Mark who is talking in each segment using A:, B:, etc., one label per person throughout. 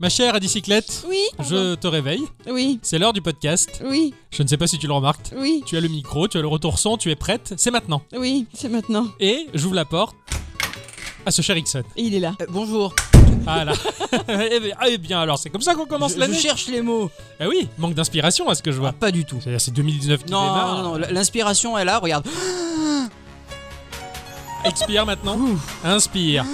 A: Ma chère à bicyclette,
B: Oui,
A: je te réveille.
B: oui,
A: C'est l'heure du podcast.
B: oui,
A: Je ne sais pas si tu le remarques.
B: oui,
A: Tu as le micro, tu as le retour son, tu es prête. C'est maintenant.
B: oui, c'est maintenant.
A: Et j'ouvre la porte à ce cher Ixon.
B: Et il est là.
C: Euh, bonjour.
A: Ah là. Eh bien- eh bien alors, c'est comme ça qu'on commence
C: je, je
A: l'année.
C: cherche les mots.
A: Ah oui, manque d'inspiration à ce que je vois.
C: Ah, pas du tout.
A: C'est c'est 2019 qui
C: Non,
A: démarre.
C: non, non, l'inspiration est là, regarde.
A: Expire maintenant. Inspire.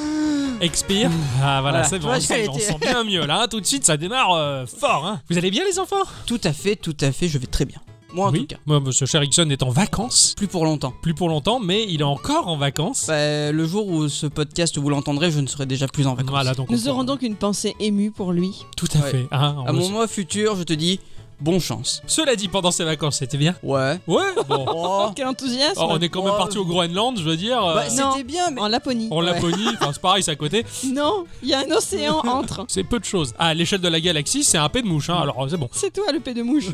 A: Expire. Ah voilà,
C: Ah. Voilà.
A: c'est
C: Tu
A: bon,
C: vois,
A: c'est
C: j'allais
A: bon, on
C: dire.
A: sent bien mieux là. hein. Tout de suite, ça démarre euh, fort. hein. Vous allez bien les enfants
C: Tout à fait, tout à fait, je vais très bien. Moi en
A: Oui.
C: tout cas.
A: Moi, ce cher Ixon est en vacances.
C: Plus pour longtemps.
A: Plus pour longtemps, mais il est encore en vacances.
C: Bah, le jour où ce podcast vous l'entendrez, je ne serai déjà plus en vacances.
A: Voilà, donc
B: Nous
A: on-
B: aurons donc une pensée émue pour lui.
A: Tout à
C: Ouais.
A: fait. hein, on
C: À
A: le-
C: mon mois futur, je te dis bon chance.
A: Cela dit, pendant ces vacances, c'était bien.
C: Ouais.
A: Ouais, bon.
C: Oh.
B: Quel enthousiasme
A: Or, on est quand même
C: Oh.
A: parti au Groenland, je veux dire. euh,
C: Bah,
B: Non.
C: c'était bien, mais
B: En Laponie.
A: en Laponie, enfin, c'est pareil, c'est à côté.
B: Non, il y a un océan entre.
A: C'est peu de choses. Ah, à l'échelle de la galaxie, c'est un P de mouche, hein, alors euh, c'est bon.
B: C'est toi le pé de mouche.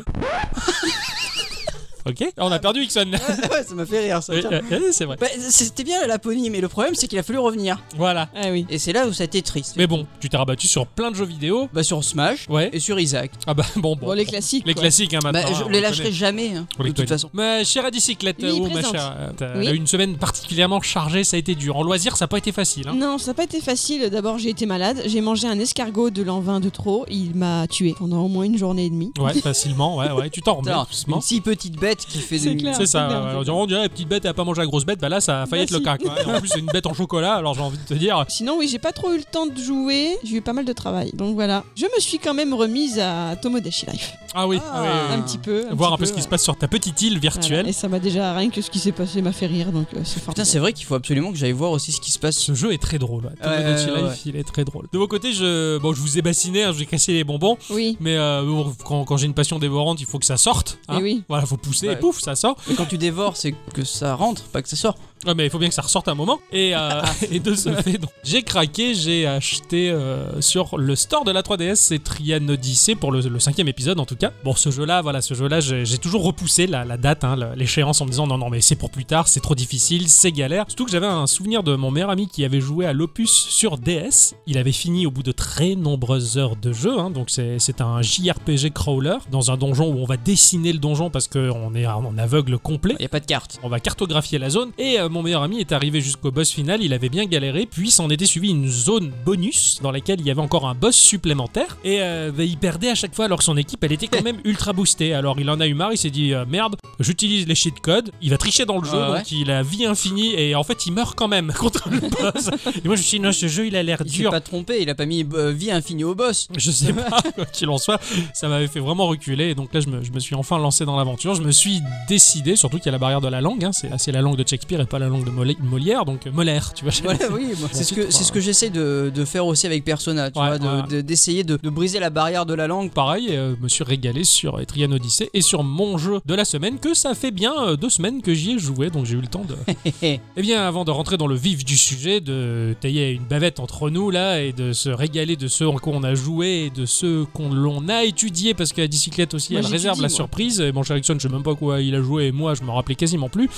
A: Ok Ah, On a perdu Ixon.
C: Ouais, ça m'a fait rire. Ça,
A: Oui,
C: tiens.
A: euh, euh, c'est vrai.
C: Bah, c'était bien la Laponie, mais le problème c'est qu'il a fallu revenir.
A: Voilà.
B: Ah oui.
C: Et c'est là où ça a été triste.
A: Mais bon, tu t'es rabattu sur plein de jeux vidéo.
C: Bah sur Smash
A: Ouais.
C: et sur Isaac.
A: Ah bah bon, bon.
B: Bon, les classiques.
A: Les
B: quoi.
A: classiques, hein, maintenant.
C: bah, je
A: hein, on
C: les
A: connaît.
C: lâcherai jamais, hein,
A: On
C: de
A: les
C: toute
A: connaît.
C: façon.
A: Ma chère à bicyclette,
B: Oui,
A: ou ma
B: présente.
A: chère, euh, t'as
B: Oui.
A: t'as eu une semaine particulièrement chargée, ça a été dur. En loisir, ça n'a pas été facile. hein.
B: Non, ça n'a pas été facile. D'abord, j'ai été malade. J'ai mangé un escargot de l'an 20 de trop. Il m'a tué pendant au moins une journée et demie.
A: Ouais, facilement, ouais, ouais. Tu t'en remets,
C: Putain,
A: doucement.
C: une si petite bête qui fait
B: C'est
C: des-
B: clair.
A: C'est ça,
B: c'est bien,
A: ouais,
B: c'est
A: on dirait, on dirait la petite bête, elle a pas mangé la grosse bête, bah là ça a failli
B: Bah
A: être le
B: si.
A: cas. quoi. Et En plus, c'est une bête en chocolat, alors j'ai envie de te dire.
B: Sinon, oui, j'ai pas trop eu le temps de jouer. J'ai eu pas mal de travail. Donc voilà. Je me suis quand même remise à Tomodachi Life.
A: Ah oui,
C: Ah.
A: oui, oui,
B: Un
A: oui.
B: petit peu.
A: voir un peu,
B: petit
A: ce qui se
B: ouais.
A: passe sur ta petite île virtuelle.
B: Voilà, Et ça m'a déjà rien que ce qui s'est passé m'a fait rire, donc euh, c'est fort.
C: Putain, c'est vrai qu'il faut absolument que j'aille voir aussi ce qui se passe.
A: Ce jeu est très drôle. ouais. Tomodachi
C: ouais, ouais.
A: Life, il est très drôle. De mon côté, je, bon, je vous ai bassiné, hein, je vous ai cassé les bonbons,
B: Oui.
A: mais euh, bon, quand, quand j'ai une passion dévorante, il faut que ça sorte. hein.
B: Et Eh oui.
A: Voilà, faut pousser et
C: Ouais.
A: pouf, ça sort.
C: Et quand tu dévores, c'est que ça rentre, pas que ça sort.
A: Ouais, Ah, mais il faut bien que ça ressorte un moment. Et, euh, et de ce fait, donc, j'ai craqué, j'ai acheté euh, sur le store de la 3DS, c'est Trian Odyssey pour le, le cinquième épisode en tout cas. Bon, ce jeu-là, voilà, ce jeu-là, j'ai j'ai toujours repoussé la, la date, hein, la- l'échéance en me disant non, non, mais c'est pour plus tard, c'est trop difficile, c'est galère. Surtout que j'avais un souvenir de mon meilleur ami qui avait joué à l'opus sur DS. Il avait fini au bout de très nombreuses heures de jeu, hein, donc c'est c'est un JRPG crawler dans un donjon où on va dessiner le donjon parce qu'on est en aveugle complet.
C: Y a pas de carte.
A: On va cartographier la zone et euh, mon meilleur ami est arrivé jusqu'au boss final, il avait bien galéré, puis s'en était suivi une zone bonus dans laquelle il y avait encore un boss supplémentaire et euh, bah, il perdait à chaque fois alors que son équipe elle était quand même ultra boostée. Alors il en a eu marre, il s'est dit euh, merde, j'utilise les cheat codes, il va tricher dans le jeu
C: Ah ouais.
A: donc il a vie infinie et en fait il meurt quand même contre le boss. et moi je me suis dit non, ce jeu il a l'air
C: Il s'est
A: dur.
C: pas trompé, il a pas mis euh, vie infinie au boss.
A: Je sais pas, quoi qu'il en soit, ça m'avait fait vraiment reculer. Et donc là, je me, je me suis enfin lancé dans l'aventure. Je me suis décidé, surtout qu'il y a la barrière de la langue. Hein, c'est ah, c'est la langue de Shakespeare et pas la langue de Moli- Molière. Donc euh, Molaire, tu vois.
C: Voilà, oui, moi, c'est ce que c'est ce que j'essaie de, de faire aussi avec Persona, tu
A: Ouais,
C: vois, de-
A: ouais.
C: de- d'essayer de, de briser la barrière de la langue.
A: Pareil, euh, je me suis régalé sur Etrian Odyssey et sur mon jeu de la semaine, que ça fait bien euh, deux semaines que j'y ai joué, donc j'ai eu le temps de. eh bien, avant de rentrer dans le vif du sujet, de tailler une bavette entre nous là et de se régaler de ceux en quoi on a joué et de ceux qu'on l'on a étudié, parce que la bicyclette aussi,
B: Moi,
A: elle
B: j'étudie,
A: réserve la
B: moi.
A: surprise. Et mon cher Ericsson, je sais même pas quoi il a joué et moi, je m'en rappelais quasiment plus.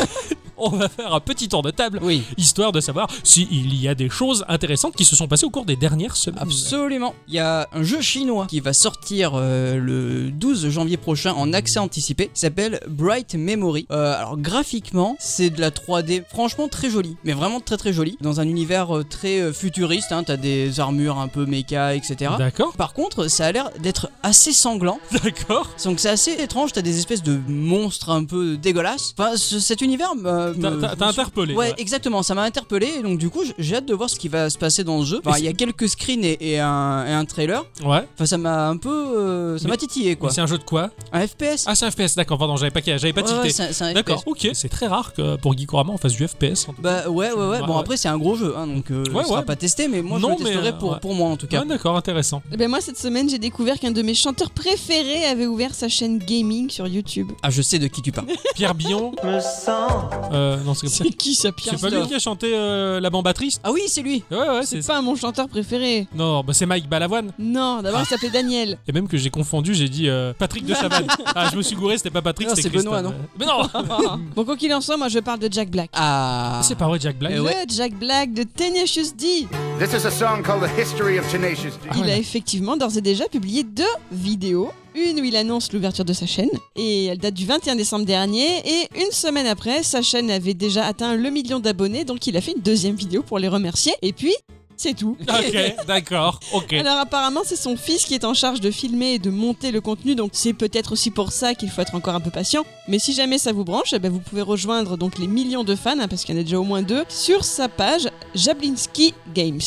A: on va faire un petit tour de table,
C: Oui,
A: histoire de savoir s'il y a des choses intéressantes qui se sont passées au cours des dernières semaines.
C: absolument. Il y a un jeu chinois qui va sortir euh, le 12 janvier prochain en accès anticipé. Il s'appelle Bright Memory. Euh, alors graphiquement, c'est de la 3D, franchement très jolie, mais vraiment très très jolie, dans un univers euh, très euh, futuriste. Hein, T'as des armures un peu méca, etc.
A: D'accord,
C: Par contre, ça a l'air d'être assez sanglant.
A: d'accord.
C: Donc c'est assez étrange, t'as des espèces de monstres un peu dégueulasses. Enfin, ce- cet univers m'a-
A: T'as-
C: me-
A: T'as t'as interpellé.
C: Ouais,
A: ouais.
C: exactement, ça m'a interpellé et donc du coup j- j'ai hâte de voir ce qui va se passer dans ce jeu. Enfin, il y a quelques screens et, et un, et un trailer.
A: Ouais.
C: Enfin, ça m'a un peu. euh, ça
A: Mais-
C: m'a titillé
A: Mais
C: quoi.
A: C'est un jeu de quoi
C: Un FPS
A: Ah, c'est un FPS, d'accord, pardon, j'avais pas, j'avais pas
C: Ouais, ouais,
A: tilté.
C: c'est un- c'est un
A: d'accord,
C: FPS.
A: ok. C'est très rare que pour Guy Kurama on fasse du FPS. en tout cas.
C: Bah ouais, ouais, ouais.
A: Ouais,
C: Bon,
A: ouais.
C: après, c'est un gros jeu, hein, donc euh,
A: Ouais,
C: il sera
A: ouais.
C: pas testé, mais moi
A: Non,
C: je
A: mais,
C: le testerai pour,
A: ouais.
C: pour moi en tout cas.
A: Ah, d'accord, intéressant.
B: Eh Ben moi cette semaine j'ai découvert qu'un de mes chanteurs préférés avait ouvert sa chaîne gaming sur YouTube.
C: Ah, je sais de qui tu parles.
A: Pierre Billon,
D: me sens
A: euh, Euh, non, c'est comme ça.
B: C'est qui ça, Pierre
A: C'est pas lui
B: Storm
A: qui a chanté euh, La Bamba Triste
C: Ah oui, c'est lui
A: Ouais, ouais, c'est
B: C'est
A: ça.
B: pas mon chanteur préféré.
A: Non, bah, c'est Mike Balavoine.
B: Non, d'abord il s'appelait Daniel.
A: Et même que j'ai confondu, j'ai dit euh, Patrick de Chavannes. ah, je me suis gouré, c'était pas Patrick,
C: Non,
A: c'était
C: c'est Benoît,
A: Christophe. Mais non
B: Bon, quoi qu'il en soit, moi je parle de Jack Black.
C: Ah
A: C'est pas vrai, Jack Black.
C: Eh ouais.
B: Le Jack Black de Tenacious D.
D: This is a song called The History of Tenacious D.
A: Ah,
B: Il
A: ouais.
B: a effectivement d'ores et déjà publié deux vidéos. Une où il annonce l'ouverture de sa chaîne, et elle date du 21 décembre dernier, et une semaine après, sa chaîne avait déjà atteint le million d'abonnés, donc il a fait une deuxième vidéo pour les remercier, et puis c'est tout.
A: Ok, d'accord, ok.
B: Alors apparemment c'est son fils qui est en charge de filmer et de monter le contenu, donc c'est peut-être aussi pour ça qu'il faut être encore un peu patient. Mais si jamais ça vous branche, eh ben, vous pouvez rejoindre donc les millions de fans, hein, parce qu'il y en a déjà au moins deux, sur sa page Jablinski Games,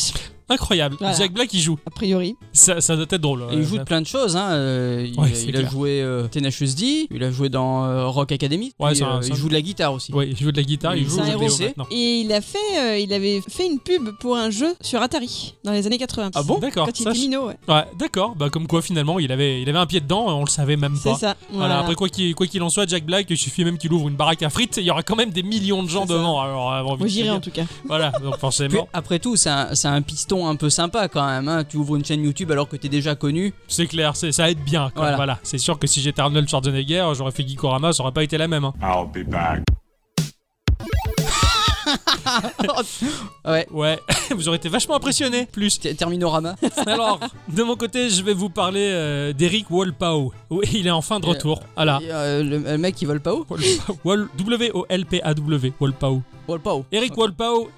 A: Incroyable.
B: Voilà.
A: Jack Black, il joue.
B: a priori.
A: Ça, ça doit être drôle.
C: Et il
A: ouais.
C: joue de plein de choses, hein. euh, il
A: Ouais, c'est
C: il a
A: clair.
C: joué euh, Tenacious D, il a joué dans euh, Rock Academy,
A: Ouais,
C: puis,
A: c'est un-
C: euh,
A: c'est un-
C: il joue de la guitare aussi.
A: Ouais, il joue de la guitare, il
C: C'est
A: joue aux
B: un
A: jeux
B: héros.
A: vidéo maintenant.
B: Et il a fait, euh, il avait fait une pub pour un jeu sur Atari dans les années 80.
C: Ah bon
A: D'accord,
B: Quand il
A: ça,
B: était
A: je-
B: minot, ouais.
A: Ouais, d'accord. Bah, comme quoi, finalement, il avait, il avait un pied dedans, on le savait même
B: c'est
A: pas.
B: ça.
A: Voilà,
B: Voilà.
A: après, quoi qu'il quoi qu'il en soit, Jack Black, il suffit même qu'il ouvre une baraque à frites, il y aura quand même des millions de gens
B: C'est ça.
A: devant. Alors, euh, bon,
B: Moi
A: vite,
B: j'irai
A: c'est
B: en
A: bien.
B: tout cas.
A: Voilà, donc
C: Puis,
A: forcément,
C: après tout, c'est un, c'est un piston un peu sympa quand même. hein. Tu ouvres une chaîne YouTube alors que t'es déjà connu.
A: c'est clair, c'est- ça aide bien. quoi, Voilà,
C: Voilà.
A: c'est sûr que si j'étais Arnold Schwarzenegger, j'aurais fait Gikorama, ça aurait pas été la même. hein.
D: I'll be back.
C: Ah Ouais,
A: Ouais, vous aurez été vachement impressionné. Plus.
C: T- Terminorama.
A: Alors, de mon côté, je vais vous parler euh, d'Eric Walpao. Oui, il est enfin de
C: Euh,
A: retour. Voilà.
C: Et, euh, le, le mec, il vole pas haut
A: Wal- W-O-L-P-A-W, Walpao.
C: Vole pas haut.
A: Eric Walpao,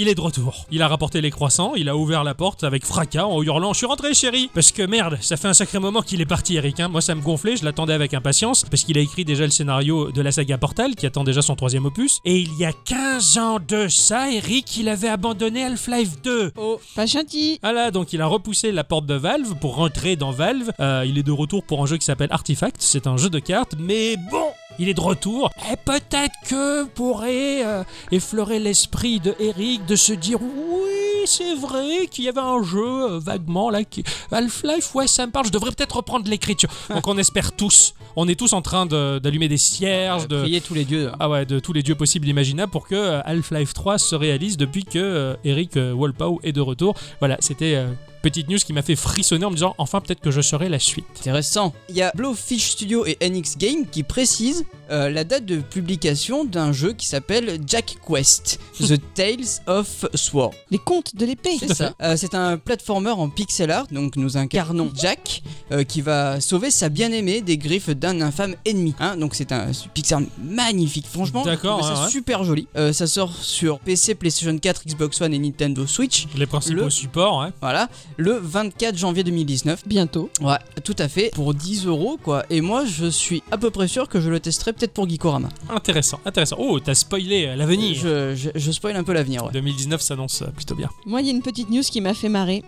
A: il est de retour. Il a rapporté les croissants, il a ouvert la porte avec fracas en hurlant Je suis rentré, chérie Parce que merde, ça fait un sacré moment qu'il est parti, Eric. Hein. Moi, ça me gonflait, je l'attendais avec impatience, parce qu'il a écrit déjà le scénario de la saga Portal, qui attend déjà son troisième opus. Et il y a 15 ans de ça, Eric, il avait abandonné Half-Life 2.
C: Oh,
B: Pas chantilly.
A: Ah là, donc il a repoussé la porte de Valve pour rentrer dans Valve. Euh, il est de retour pour un jeu qui s'appelle Artifact. C'est un jeu de cartes, mais bon, il est de retour. Et peut-être que pourrait euh, effleurer l'esprit de Eric de se dire oui, c'est vrai qu'il y avait un jeu euh, vaguement là qui Half-Life, ouais, ça me parle. Je devrais peut-être reprendre l'écriture. Donc on espère tous. On est tous en train de- d'allumer des cierges, de
C: Euh, priez tous les dieux. hein.
A: ah ouais, de tous les dieux possibles et imaginables pour que euh, Half-Life 3 se réalise depuis que euh, Eric euh, Walpau est de retour. Voilà, c'était euh, petite news qui m'a fait frissonner en me disant enfin peut-être que je serai la suite.
C: Intéressant. Il y a Blowfish Studio et NX Game qui précisent euh, la date de publication d'un jeu qui s'appelle Jack Quest, The Tales of Sword.
B: Les contes de l'épée.
C: C'est ça. Euh, c'est un platformer en pixel art, donc nous incarnons Jack, euh, qui va sauver sa bien-aimée des griffes d'un infâme ennemi. Hein, donc c'est un pixel art magnifique, franchement. je
A: D'accord,
C: trouve
A: ouais,
C: ça
A: ouais.
C: super joli. Euh, ça sort sur PC, PlayStation 4, Xbox One et Nintendo Switch.
A: Les principaux
C: Le-
A: supports, hein.
C: Voilà, le 24 janvier 2019.
B: Bientôt.
C: Ouais, tout à fait, pour 10 euros quoi. Et moi, je suis à peu près sûr que je le testerai peut-être pour Geekorama.
A: Intéressant, intéressant. Oh, t'as spoilé euh, l'avenir.
C: Je, je, je spoil un peu l'avenir, ouais.
A: 2019 s'annonce euh, plutôt bien.
B: Moi, il y a une petite news qui m'a fait marrer.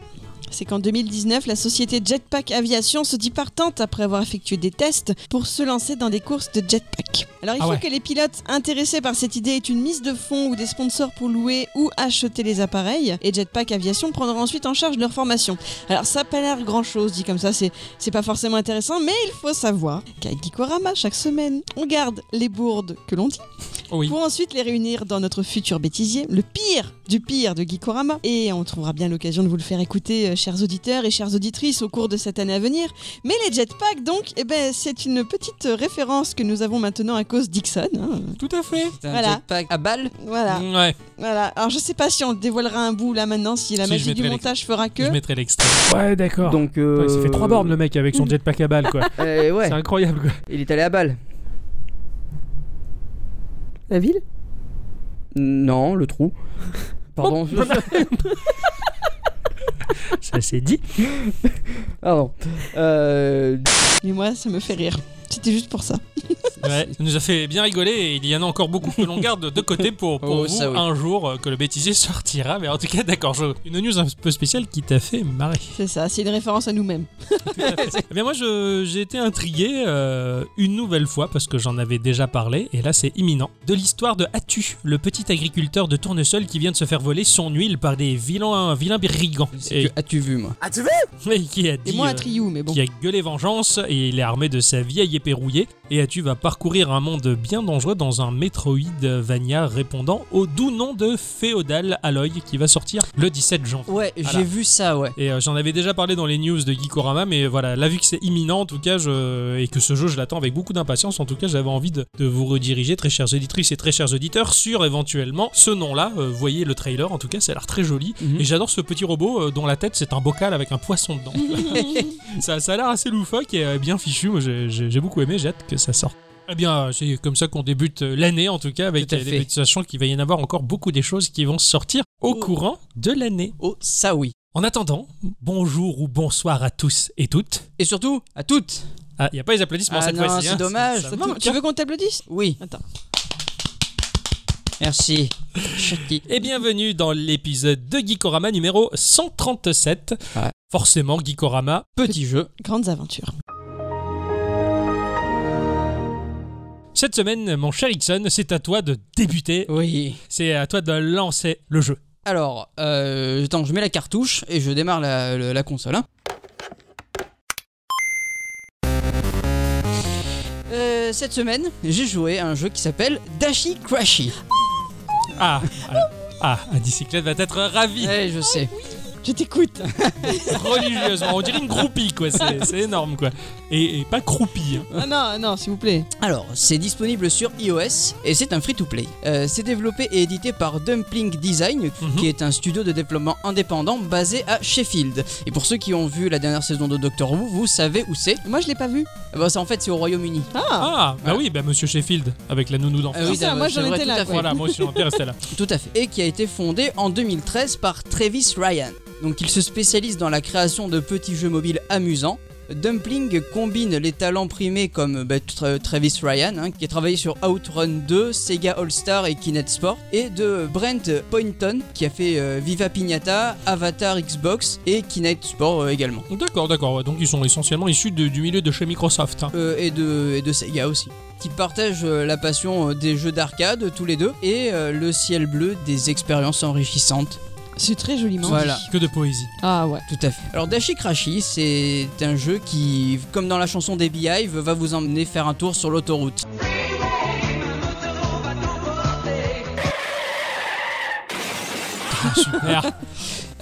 B: C'est qu'en 2019, la société Jetpack Aviation se dit partante après avoir effectué des tests pour se lancer dans des courses de jetpack. Alors il
A: Ah
B: faut
A: ouais.
B: que les pilotes intéressés par cette idée aient une mise de fonds ou des sponsors pour louer ou acheter les appareils et Jetpack Aviation prendra ensuite en charge leur formation. Alors ça n'a pas l'air grand chose dit comme ça, c'est c'est pas forcément intéressant, mais il faut savoir qu'à Geekorama, chaque semaine, on garde les bourdes que l'on dit
A: Oui.
B: pour ensuite les réunir dans notre futur bêtisier, le pire du pire de Geekorama. Et on trouvera bien l'occasion de vous le faire écouter, euh, chers auditeurs et chères auditrices, au cours de cette année à venir. Mais les jetpacks, donc, eh ben, c'est une petite référence que nous avons maintenant à cause d'Ixon. hein.
A: Tout à fait.
C: C'est un
B: Voilà.
C: jetpack à balles.
B: Voilà,
A: Mm, Ouais,
B: voilà. Alors, je sais pas si on dévoilera un bout là maintenant, si la
A: Si, je
B: magie du
A: mettrai
B: montage fera que.
A: je mettrai l'extrait. Ouais, d'accord.
C: Donc, euh,
A: il s'est fait trois bornes le mec avec son jetpack à balles quoi.
C: ouais,
A: C'est incroyable quoi.
C: il est allé à balles.
B: La ville
C: Non, le trou. Pardon.
B: Oh,
A: Ça c'est dit.
C: Pardon. Euh...
B: Mais moi, ça me fait rire. C'était juste pour ça.
A: Ouais, ça nous a fait bien rigoler et il y en a encore beaucoup que l'on garde de côté pour, pour
C: Oh,
A: vous
C: ça oui.
A: un jour euh, que le bêtisier sortira. Mais en tout cas, d'accord, je- une news un peu spéciale qui t'a fait marrer.
B: C'est ça, c'est une référence à nous-mêmes.
A: Eh bien moi, je- j'ai été intrigué euh, une nouvelle fois parce que j'en avais déjà parlé et là c'est imminent. De l'histoire de Hatu, le petit agriculteur de tournesol qui vient de se faire voler son huile par des vilains, vilains brigands.
C: c'est
A: Et,
C: que As-tu vu, moi
A: et qui a dit...
B: Et moi, un
A: euh,
B: triou, mais bon.
A: qui a gueulé vengeance et il est armé de sa vieille épée rouillée. Et Atu va parcourir un monde bien dangereux dans un Metroidvania répondant au doux nom de Féodal Aloy qui va sortir le 17 janvier.
C: Ouais,
A: Voilà.
C: j'ai vu ça, ouais.
A: Et euh, j'en avais déjà parlé dans les news de Geekorama, mais voilà, là vu que c'est imminent en tout cas, je- et que ce jeu je l'attends avec beaucoup d'impatience, en tout cas j'avais envie de, de vous rediriger, très chères éditrices et très chers auditeurs, sur éventuellement ce nom-là. Euh, voyez le trailer, en tout cas ça a l'air très joli.
C: Mhm.
A: Et j'adore ce petit robot euh, dont la tête c'est un bocal avec un poisson dedans. ça, ça a l'air assez loufoque et euh, bien fichu. Moi j'ai j'ai- j'ai beaucoup aimé, j'ai hâte que ça sorte. Eh bien, euh, c'est comme ça qu'on débute euh, l'année en tout cas, avec
C: Tout à
A: euh, des
C: fait.
A: petites- sachant qu'il va y en avoir encore beaucoup des choses qui vont sortir au
C: Oh.
A: courant de l'année.
C: Oh, ça oui.
A: En attendant, bonjour ou bonsoir à tous et toutes.
C: Et surtout, à toutes.
A: Ah, il n'y a pas les applaudissements
C: Ah
A: cette
C: non,
A: fois-ci.
C: c'est
A: hein.
C: dommage.
A: Ça,
B: Ça
A: ça
B: te-
A: manque,
B: tu
A: hein.
B: veux qu'on t'applaudisse
C: Oui.
B: Attends.
C: Merci. Chucky.
A: Et bienvenue dans l'épisode de Geekorama numéro 137.
C: Ouais.
A: Forcément, Geekorama
C: Petit jeu.
B: Grandes aventures.
A: Cette semaine, mon cher Ixon, c'est à toi de débuter.
C: Oui.
A: C'est à toi de lancer le jeu.
C: Alors, euh, attends, je mets la cartouche et je démarre la, le- la console. hein. Euh, cette semaine, j'ai joué à un jeu qui s'appelle Dashi Crashy.
A: Ah, alors, ah, un bicyclette va être ravi
B: Ah
C: Ouais, Eh, je sais.
B: Je t'écoute.
A: religieusement. On dirait une groupie, quoi. C'est c'est énorme, quoi. Et, et pas croupie. hein.
B: Ah non, non, s'il vous plaît.
C: Alors, c'est disponible sur iOS et c'est un free-to-play. Euh, c'est développé et édité par Dumpling Design,
B: Mhm.
C: qui est un studio de développement indépendant basé à Sheffield. Et pour ceux qui ont vu la dernière saison de Doctor Who, vous savez où c'est.
B: Moi, je l'ai pas vu.
C: Bah, c'est en fait, c'est au Royaume-Uni.
B: Ah,
A: Ah, bah oui, bah Monsieur Sheffield avec la nounou d'enfant.
C: Ah
B: C'est ça,
C: bah,
B: moi,
C: c'est
B: j'en
C: vrai,
B: étais
C: tout
B: là,
C: à fait.
B: quoi.
A: Voilà, moi aussi, on était resté là.
C: Tout à fait. Et qui a été fondé en 2013 par Travis Ryan. Donc il se spécialise dans la création de petits jeux mobiles amusants. Dumpling combine les talents primés comme bah, Tra- Travis Ryan, hein, qui a travaillé sur Outrun 2, Sega All-Star et Kinect Sport, et de Brent Poynton, qui a fait euh, Viva Pignata, Avatar Xbox et Kinect Sport euh, également.
A: D'accord, d'accord. ouais. Donc, ils sont essentiellement issus de- du milieu de chez Microsoft. hein.
C: Euh, et, de, et de Sega aussi. Qui partagent euh, la passion euh, des jeux d'arcade, tous les deux, et euh, le ciel bleu des expériences enrichissantes.
B: c'est très joliment
C: Voilà.
B: dit.
A: Que de poésie.
B: Ah ouais.
C: Tout à fait. Alors Dashi Crashi, c'est un jeu qui, comme dans la chanson des Beehive, va vous emmener faire un tour sur l'autoroute.
A: Ah, super.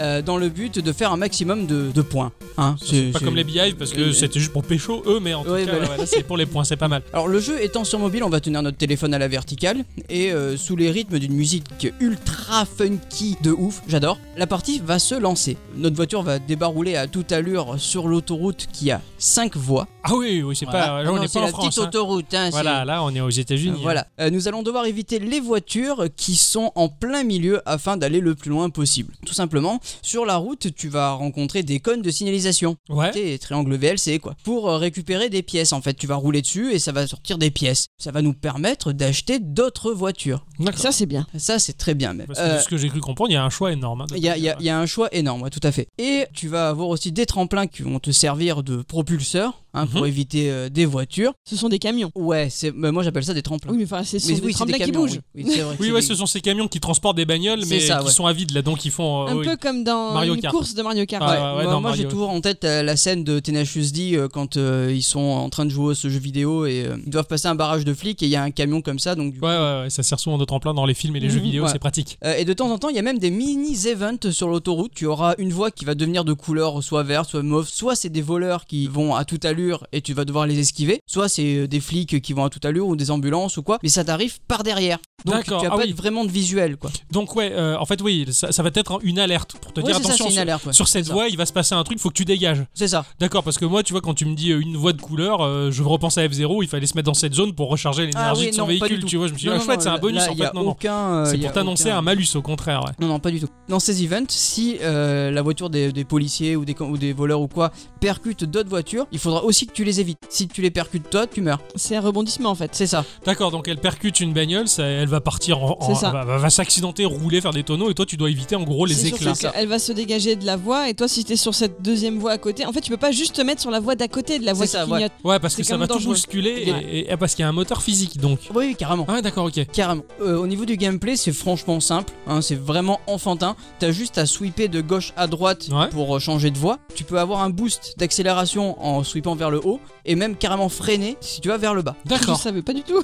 C: Euh, dans le but de faire un maximum de, de points. Hein,
A: C'est pas comme les beehives parce que
C: Euh,
A: c'était juste pour pécho eux, mais en tout
C: Ouais,
A: cas,
C: voilà.
A: ouais, là, c'est pour les points, c'est pas mal.
C: Alors le jeu étant sur mobile, on va tenir notre téléphone à la verticale et euh, sous les rythmes d'une musique ultra funky de ouf, j'adore, la partie va se lancer. Notre voiture va débarrouler à toute allure sur l'autoroute qui a 5 voies.
A: Ah oui, oui, c'est pas.
C: Voilà.
A: Là, on
C: Non,
A: n'est
C: c'est
A: pas en
C: la
A: France.
C: petite
A: hein.
C: autoroute. hein, c'est-
A: Voilà, là, on est aux États-Unis. hein.
C: Voilà, Euh, nous allons devoir éviter les voitures qui sont en plein milieu afin d'aller le plus loin possible. Tout simplement, sur la route, tu vas rencontrer des cônes de signalisation,
A: hein. Ouais.
C: des triangles VLC quoi, pour euh, récupérer des pièces en fait. Tu vas rouler dessus et ça va sortir des pièces. Ça va nous permettre d'acheter d'autres voitures.
A: D'accord.
B: Ça, c'est bien.
C: Ça, c'est très bien même.
A: Parce que
C: Euh,
A: de Bah, ce que j'ai cru comprendre, il y a un choix énorme. hein, de-
C: il y, a- il y a- il y a un choix énorme, ouais, tout à fait. Et tu vas avoir aussi des tremplins qui vont te servir de propulseur hein, pour
A: Mhm.
C: éviter euh, des voitures.
B: Ce sont des camions.
C: Ouais, c'est- bah, moi j'appelle ça des tremplins.
B: Oui, mais enfin, c'est ce sont
C: Mais
B: des
C: oui, c'est des
B: tremblins qui
C: camions,
B: bougent.
C: oui. Oui, c'est vrai,
A: hein. Oui,
C: c'est
A: ouais,
C: des-
A: ce sont ces camions qui transportent des bagnoles,
C: C'est
A: mais
C: ça,
A: qui
C: ouais.
A: sont à vide là, donc ils font.
C: Ah
A: euh,
B: Un
A: oui.
B: peu comme dans
A: Mario
B: une
A: Kart.
B: course de Mario Kart.
A: Ah,
C: Ouais,
A: ouais, ouais,
C: moi,
A: dans
C: moi, j'ai
A: Mario.
C: toujours en tête euh, la scène de Tenacious D euh, quand euh, ils sont en train de jouer à ce jeu vidéo et euh, ils doivent passer un barrage de flics et il y a un camion comme ça donc du-
A: Ouais, ouais, ouais, ça sert souvent de tremplin dans les films et les jeux
C: Mhm,
A: vidéo,
C: ouais.
A: c'est pratique.
C: Euh, et de temps en temps, il y a même des mini-events sur l'autoroute. Tu auras une voie qui va devenir de couleur soit verte, soit mauve. Soit c'est des voleurs qui vont à toute allure et tu vas devoir les esquiver. Soit c'est euh, des flics qui vont à toute allure ou des ambulances ou quoi. Mais ça t'arrive par derrière. Donc tu
A: D'accord,
C: n'as
A: ah
C: pas
A: oui.
C: vraiment de visuel quoi.
A: Donc, ouais, euh, en fait, oui, ça, ça va être une alerte pour te
C: Ouais,
A: dire
C: c'est ça,
A: attention.
C: c'est une
A: sur-
C: alerte. ouais.
A: Sur cette
C: C'est ça.
A: voie, il va se passer un truc, faut que tu dégages.
C: C'est ça.
A: D'accord, parce que moi, tu vois, quand tu me dis euh, une voie de couleur, euh, je repense à F0, il fallait se mettre dans cette zone pour recharger
C: Ah
A: l'énergie
C: oui,
A: de son
C: non, pas du
A: véhicule,
C: tout.
A: tu vois. Je me suis dit,
C: Non,
A: ah,
C: non,
A: chouette,
C: non,
A: c'est un bonus
C: là,
A: en
C: il y a
A: fait. Non, non.
C: aucun, euh,
A: C'est
C: il y
A: pour
C: a
A: t'annoncer
C: aucun-
A: un malus, au contraire, ouais.
C: Non, non, pas du tout. Dans ces events, si euh, la voiture des, des policiers ou des, com- ou des voleurs ou quoi percute d'autres voitures, il faudra aussi que tu les évites. Si tu les percutes toi, tu meurs.
B: C'est un rebondissement en fait.
C: C'est ça.
A: D'accord, donc elle percute une bagnole, ça- elle va partir en. en-
B: C'est ça.
A: va, va- va s'accidenter, rouler, faire des tonneaux, et toi, tu dois éviter en gros les
C: Oh,
B: C'est surtout
A: éclats.
B: que
A: ça.
B: Elle va se dégager de la voie et toi si t'es sur cette deuxième voie à côté, en fait tu peux pas juste te mettre sur la voie d'à côté de la voie qui
C: ça, ouais.
B: clignote.
A: Ouais, parce que
B: C'est
A: ça
B: quand
A: va
B: même
A: tout
B: dangereux.
A: bousculer et-
C: Ouais.
A: et, ah, parce qu'il y a un moteur physique donc.
C: Oui, oui, carrément.
A: Ah ouais, d'accord, ok.
C: Carrément. Euh, au niveau du gameplay, c'est franchement simple, hein, c'est vraiment enfantin. T'as juste à sweeper de gauche à droite
A: Ouais.
C: pour euh, changer de voie. Tu peux avoir un boost d'accélération en sweepant vers le haut et même carrément freiner si tu vas vers le bas.
B: Je
A: D'accord.
B: savais pas du tout.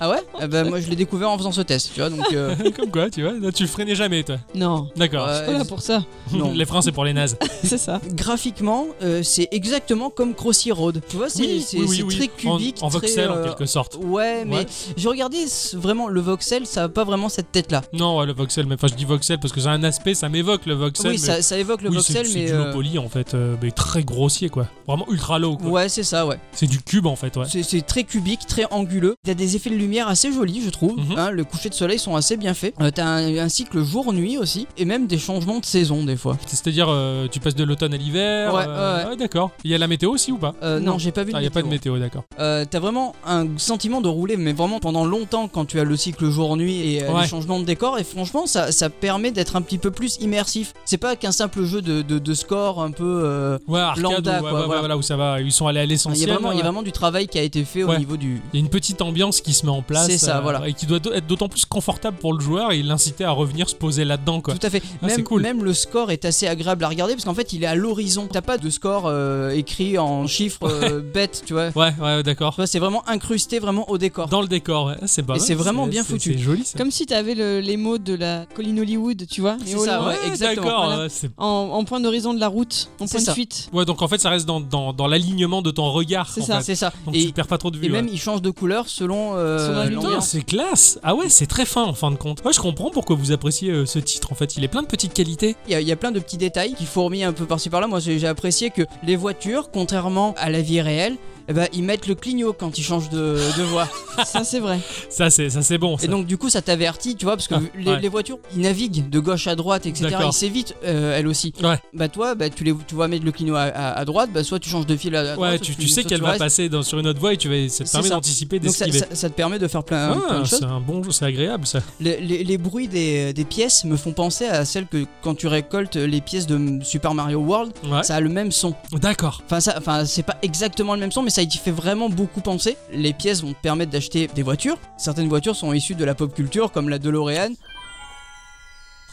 C: Ah ouais Eh ben, Moi je l'ai découvert en faisant ce test, tu vois, donc euh,
A: Comme quoi, tu vois, là, tu freinais jamais, toi.
B: Non.
A: D'accord.
C: Ouais.
B: Voilà pour ça,
C: non.
A: Les freins, c'est pour les nazes.
B: c'est ça.
C: graphiquement, euh, c'est exactement comme Crossy Road. Tu vois, c'est c'est- c'est très
A: En-
C: cubique.
A: En,
C: très,
A: voxel, en
C: euh,
A: quelque sorte.
C: Ouais, mais
A: Ouais.
C: j'ai regardé c- vraiment le voxel, ça a pas vraiment cette tête là.
A: Non, ouais, le voxel, mais enfin, je dis voxel parce que ça a un aspect, ça m'évoque le voxel.
C: Oui,
A: mais-
C: ça, ça évoque le
A: oui, c'est-
C: voxel,
A: c'est
C: mais.
A: du
C: euh,
A: low poly en fait, euh, mais très grossier quoi. Vraiment ultra low quoi.
C: Ouais, c'est ça, ouais.
A: C'est du cube en fait, ouais.
C: C'est- C'est très cubique, très anguleux. T'as des effets de lumière assez jolis, je trouve.
A: Mhm.
C: hein, le coucher de soleil sont assez bien faits. Euh, T'as un, un cycle jour-nuit aussi, et même des changements de saison des fois.
A: C'est-à-dire, euh, tu passes de l'automne à l'hiver.
C: Ouais,
A: euh,
C: ouais.
A: d'accord. Il y a la météo aussi ou pas
C: Euh, non,
B: Non.
C: j'ai pas vu.
A: Ah, il n'y
C: de
A: a pas de
C: météo.
A: météo, d'accord.
C: Euh, T'as vraiment un sentiment de rouler, mais vraiment pendant longtemps quand tu as le cycle jour-nuit et euh,
A: Ouais.
C: les changements de décor. Et franchement, ça, ça permet d'être un petit peu plus immersif. C'est pas qu'un simple jeu de, de- de score un peu. euh,
A: Ouais, arcade,
C: Lambda,
A: ou- ouais,
C: quoi,
A: ouais, ouais,
C: voilà.
A: voilà, où ça va. Ils sont allés à
C: Il y,
A: l'essentiel.
C: a vraiment, il y a
A: ouais.
C: vraiment du travail qui a été fait
A: Ouais.
C: au niveau du.
A: Il y a une petite ambiance qui se met en place. euh,
C: C'est ça, voilà.
A: Et qui doit do- être d'autant plus confortable pour le joueur et l'inciter à revenir se poser là-dedans, quoi.
C: Tout à fait.
A: Ah,
C: même,
A: c'est cool.
C: même le score est assez agréable à regarder parce qu'en fait il est à l'horizon. T'as pas de score euh, écrit en chiffres euh, bêtes, tu vois. Tu
A: Ouais, ouais, d'accord.
C: vois, c'est vraiment incrusté vraiment au décor.
A: Dans le décor, ouais. c'est pas
C: Et
A: mal,
C: c'est vraiment bien foutu.
A: C'est joli ça.
B: Comme si t'avais le, les mots de la colline Hollywood, tu vois.
C: C'est
B: les
C: ça,
B: Hollywood,
C: ouais, exactement,
A: D'accord,
B: voilà.
A: ouais, c'est-
B: en, en point d'horizon de la route, en
C: C'est
B: point
C: ça.
B: de fuite.
A: Ouais, donc en fait, ça reste dans, dans, dans l'alignement de ton regard.
B: C'est
A: en
B: ça,
A: fait.
C: C'est ça.
A: Donc tu
C: Et,
A: perds pas trop de vue.
C: et
A: ouais.
C: même il change de couleur selon
B: Selon
C: euh,
B: la
A: Putain,
C: l'ambiance.
A: c'est classe Ah ouais, c'est très fin en fin de compte. Ouais, je comprends pourquoi vous appréciez euh, ce titre en fait. Il est plein de petites qualités.
C: Il y, a- il y a plein de petits détails qui fourmillent un peu par-ci par-là. Moi, j'ai j'ai apprécié que les voitures, contrairement à la vie réelle, eh ben, ils mettent le clignot quand ils changent de, de voie.
B: Ça, c'est vrai.
A: Ça c'est ça c'est bon. ça.
C: Et donc, du coup, ça t'avertit, tu vois, parce que
A: Ah,
C: les,
A: ouais.
C: les voitures, ils naviguent de gauche à droite, etc.
A: D'accord.
C: Ils s'évitent, euh, elles aussi.
A: Ouais.
C: Bah, toi, bah, tu, les, tu vois mettre le clignot à, à- à droite, bah, soit tu changes de fil à, à droite.
A: ouais,
C: soit
A: tu, tu sais
C: soit
A: qu'elle va
C: restes.
A: passer dans, sur une autre voie et tu vas ça te
C: C'est
A: permet
C: ça.
A: d'anticiper
C: Donc, ça,
A: d'esquiver.
C: ça- ça te permet de faire plein, plein
A: Ah,
C: de choses.
A: c'est un bon jeu, c'est agréable ça.
C: Les, les- les bruits des, des pièces me font penser à celles que quand tu récoltes les pièces de Super Mario World,
A: Ouais.
C: ça a le même son.
A: D'accord.
C: Enfin, ça, enfin, c'est pas exactement le même son, mais ça y fait vraiment beaucoup penser. Les pièces vont te permettre d'acheter des voitures. Certaines voitures sont issues de la pop culture, comme la DeLorean.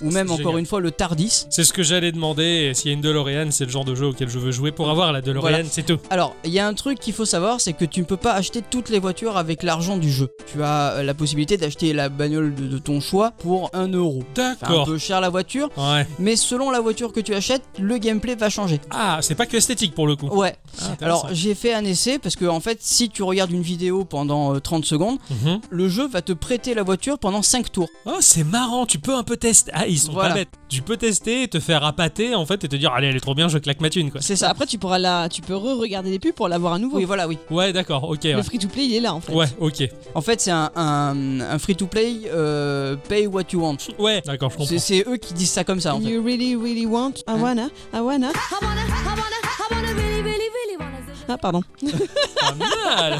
C: Ou
A: C'est
C: même encore
A: génial.
C: une fois le Tardis.
A: C'est ce que j'allais demander. et S'il y a une DeLorean, c'est le genre de jeu auquel je veux jouer pour avoir la DeLorean,
C: Voilà.
A: c'est tout.
C: Alors, il y a un truc qu'il faut savoir, c'est que tu ne peux pas acheter toutes les voitures avec l'argent du jeu. Tu as euh, la possibilité d'acheter la bagnole de, de ton choix pour 1 euro. Enfin, un
A: D'accord.
C: peu cher la voiture,
A: Ouais.
C: mais selon la voiture que tu achètes, le gameplay va changer.
A: Ah, c'est pas que esthétique pour le coup.
C: Ouais,
A: Ah, intéressant.
C: Oh, alors j'ai fait un essai parce que en fait, si tu regardes une vidéo pendant euh, 30 secondes,
A: Mhm.
C: le jeu va te prêter la voiture pendant 5 tours.
A: Oh, c'est marrant, tu peux un peu tester. Ah, ils sont
C: Voilà.
A: pas bêtes. Tu peux tester, te faire appâter en fait et te dire allez, elle est trop bien, je claque ma thune quoi.
C: C'est
B: Bah,
C: ça.
B: Après, tu pourras la, tu peux re-regarder les pubs pour l'avoir à nouveau.
C: Oui, voilà, oui.
A: Ouais, d'accord. OK. ouais.
B: Le free-to-play, il est là, en fait.
A: Ouais, ok.
C: En fait, c'est un, un- un free-to-play, euh, pay what you want.
A: Ouais, d'accord, je comprends.
C: C'est- C'est eux qui disent ça comme ça, en fait.
B: You really, really want.
A: Hein?
B: I wanna, I wanna.
E: I wanna, I wanna, I wanna really, really, really wanna.
B: Ah, pardon.
A: Pas mal.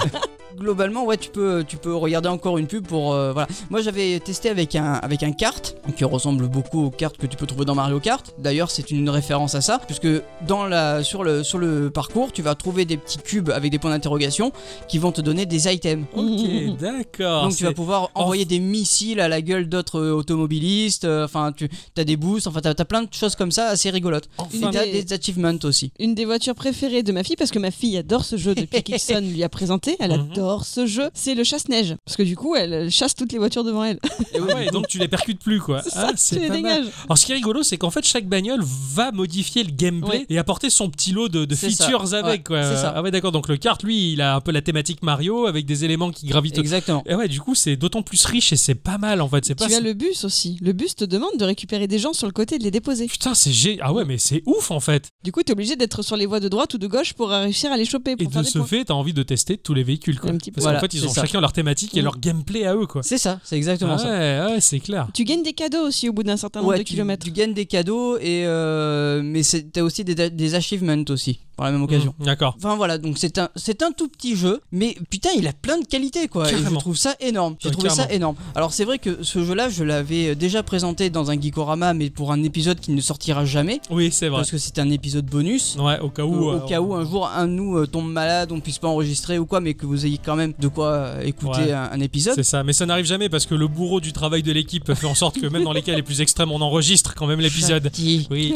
C: Globalement, ouais, tu peux, tu peux regarder encore une pub pour... euh, voilà. Moi, j'avais testé avec un, avec un kart, qui ressemble beaucoup aux cartes que tu peux trouver dans Mario Kart. D'ailleurs, c'est une référence à ça, puisque dans la, sur, le, sur le parcours, tu vas trouver des petits cubes avec des points d'interrogation qui vont te donner des items.
A: Ok, d'accord.
C: Donc tu vas
A: c'est-
C: pouvoir envoyer des missiles à la gueule d'autres euh, automobilistes, euh, enfin tu as des boosts, enfin t'as as plein de choses comme ça assez rigolotes. Il
A: Enfin,
B: Une
C: y a
B: idée.
C: des achievements aussi.
B: Une des voitures préférées de ma fille, parce que ma fille adore ce jeu depuis qu'Ixon lui a présenté. Elle
A: Mhm.
B: adore ce jeu. C'est le chasse-neige. Parce que du coup, elle elle chasse toutes les voitures devant elle.
A: ah ouais, donc tu les percutes plus quoi.
B: C'est
A: Ah,
B: ça, tu les
A: pas mal.
B: dégages.
A: Alors ce qui est rigolo, c'est qu'en fait chaque bagnole va modifier le gameplay
B: Ouais.
A: et apporter son petit lot de, de
C: C'est ça.
A: features avec
C: Ouais,
A: quoi.
C: c'est ça.
A: Ah ouais, d'accord. Donc le kart, lui, il a un peu la thématique Mario avec des éléments qui gravitent. autour.
C: Exactement.
A: Et ouais, du coup, c'est d'autant plus riche et c'est pas mal en fait. C'est pas.
B: Tu as le bus aussi. Le bus te demande de récupérer des gens sur le côté et de les déposer.
A: Putain, c'est gé... ah ouais, mais c'est ouf en fait.
B: Du coup, t'es obligé d'être sur les voies de droite ou de gauche pour euh, réussir à les choper. Pour
A: Et
B: faire
A: de
B: des
A: ce
B: points.
A: fait, t'as envie de tester tous les véhicules quoi.
B: Un petit peu.
A: Parce
C: Voilà,
A: qu'en fait, ils
C: c'est
A: ont
C: ça.
A: chacun leur thématique
B: Mmh.
A: et leur gameplay à eux quoi.
C: C'est ça, c'est exactement ça.
A: Ah ouais, ouais, c'est clair.
B: Tu gagnes des cadeaux aussi au bout d'un certain nombre
C: Ouais,
B: de
C: tu,
B: kilomètres.
C: tu gagnes des cadeaux et euh, mais c'est- t'as aussi des, des achievements aussi. par la même occasion.
A: Mmh, D'accord.
C: Enfin voilà, donc c'est un, c'est un tout petit jeu, mais putain, il a plein de qualités quoi. Et je
A: Carrément.
C: trouve ça énorme. J'ai
A: Ouais,
C: trouvé ça
A: carrément.
C: énorme. Alors c'est vrai que ce jeu-là, je l'avais déjà présenté dans un Geekorama, mais pour un épisode qui ne sortira jamais,
A: Oui, c'est vrai.
C: parce que c'est un épisode bonus.
A: Ouais, au cas où.
C: au
A: euh,
C: cas où un jour un de nous euh, tombe malade, on puisse pas enregistrer ou quoi, mais que vous ayez quand même de quoi euh, écouter
A: Ouais.
C: un, un épisode.
A: C'est ça, mais ça n'arrive jamais parce que le bourreau du travail de l'équipe fait en sorte que même dans les cas les plus extrêmes, on enregistre quand même l'épisode.
C: Chaki.
A: Oui,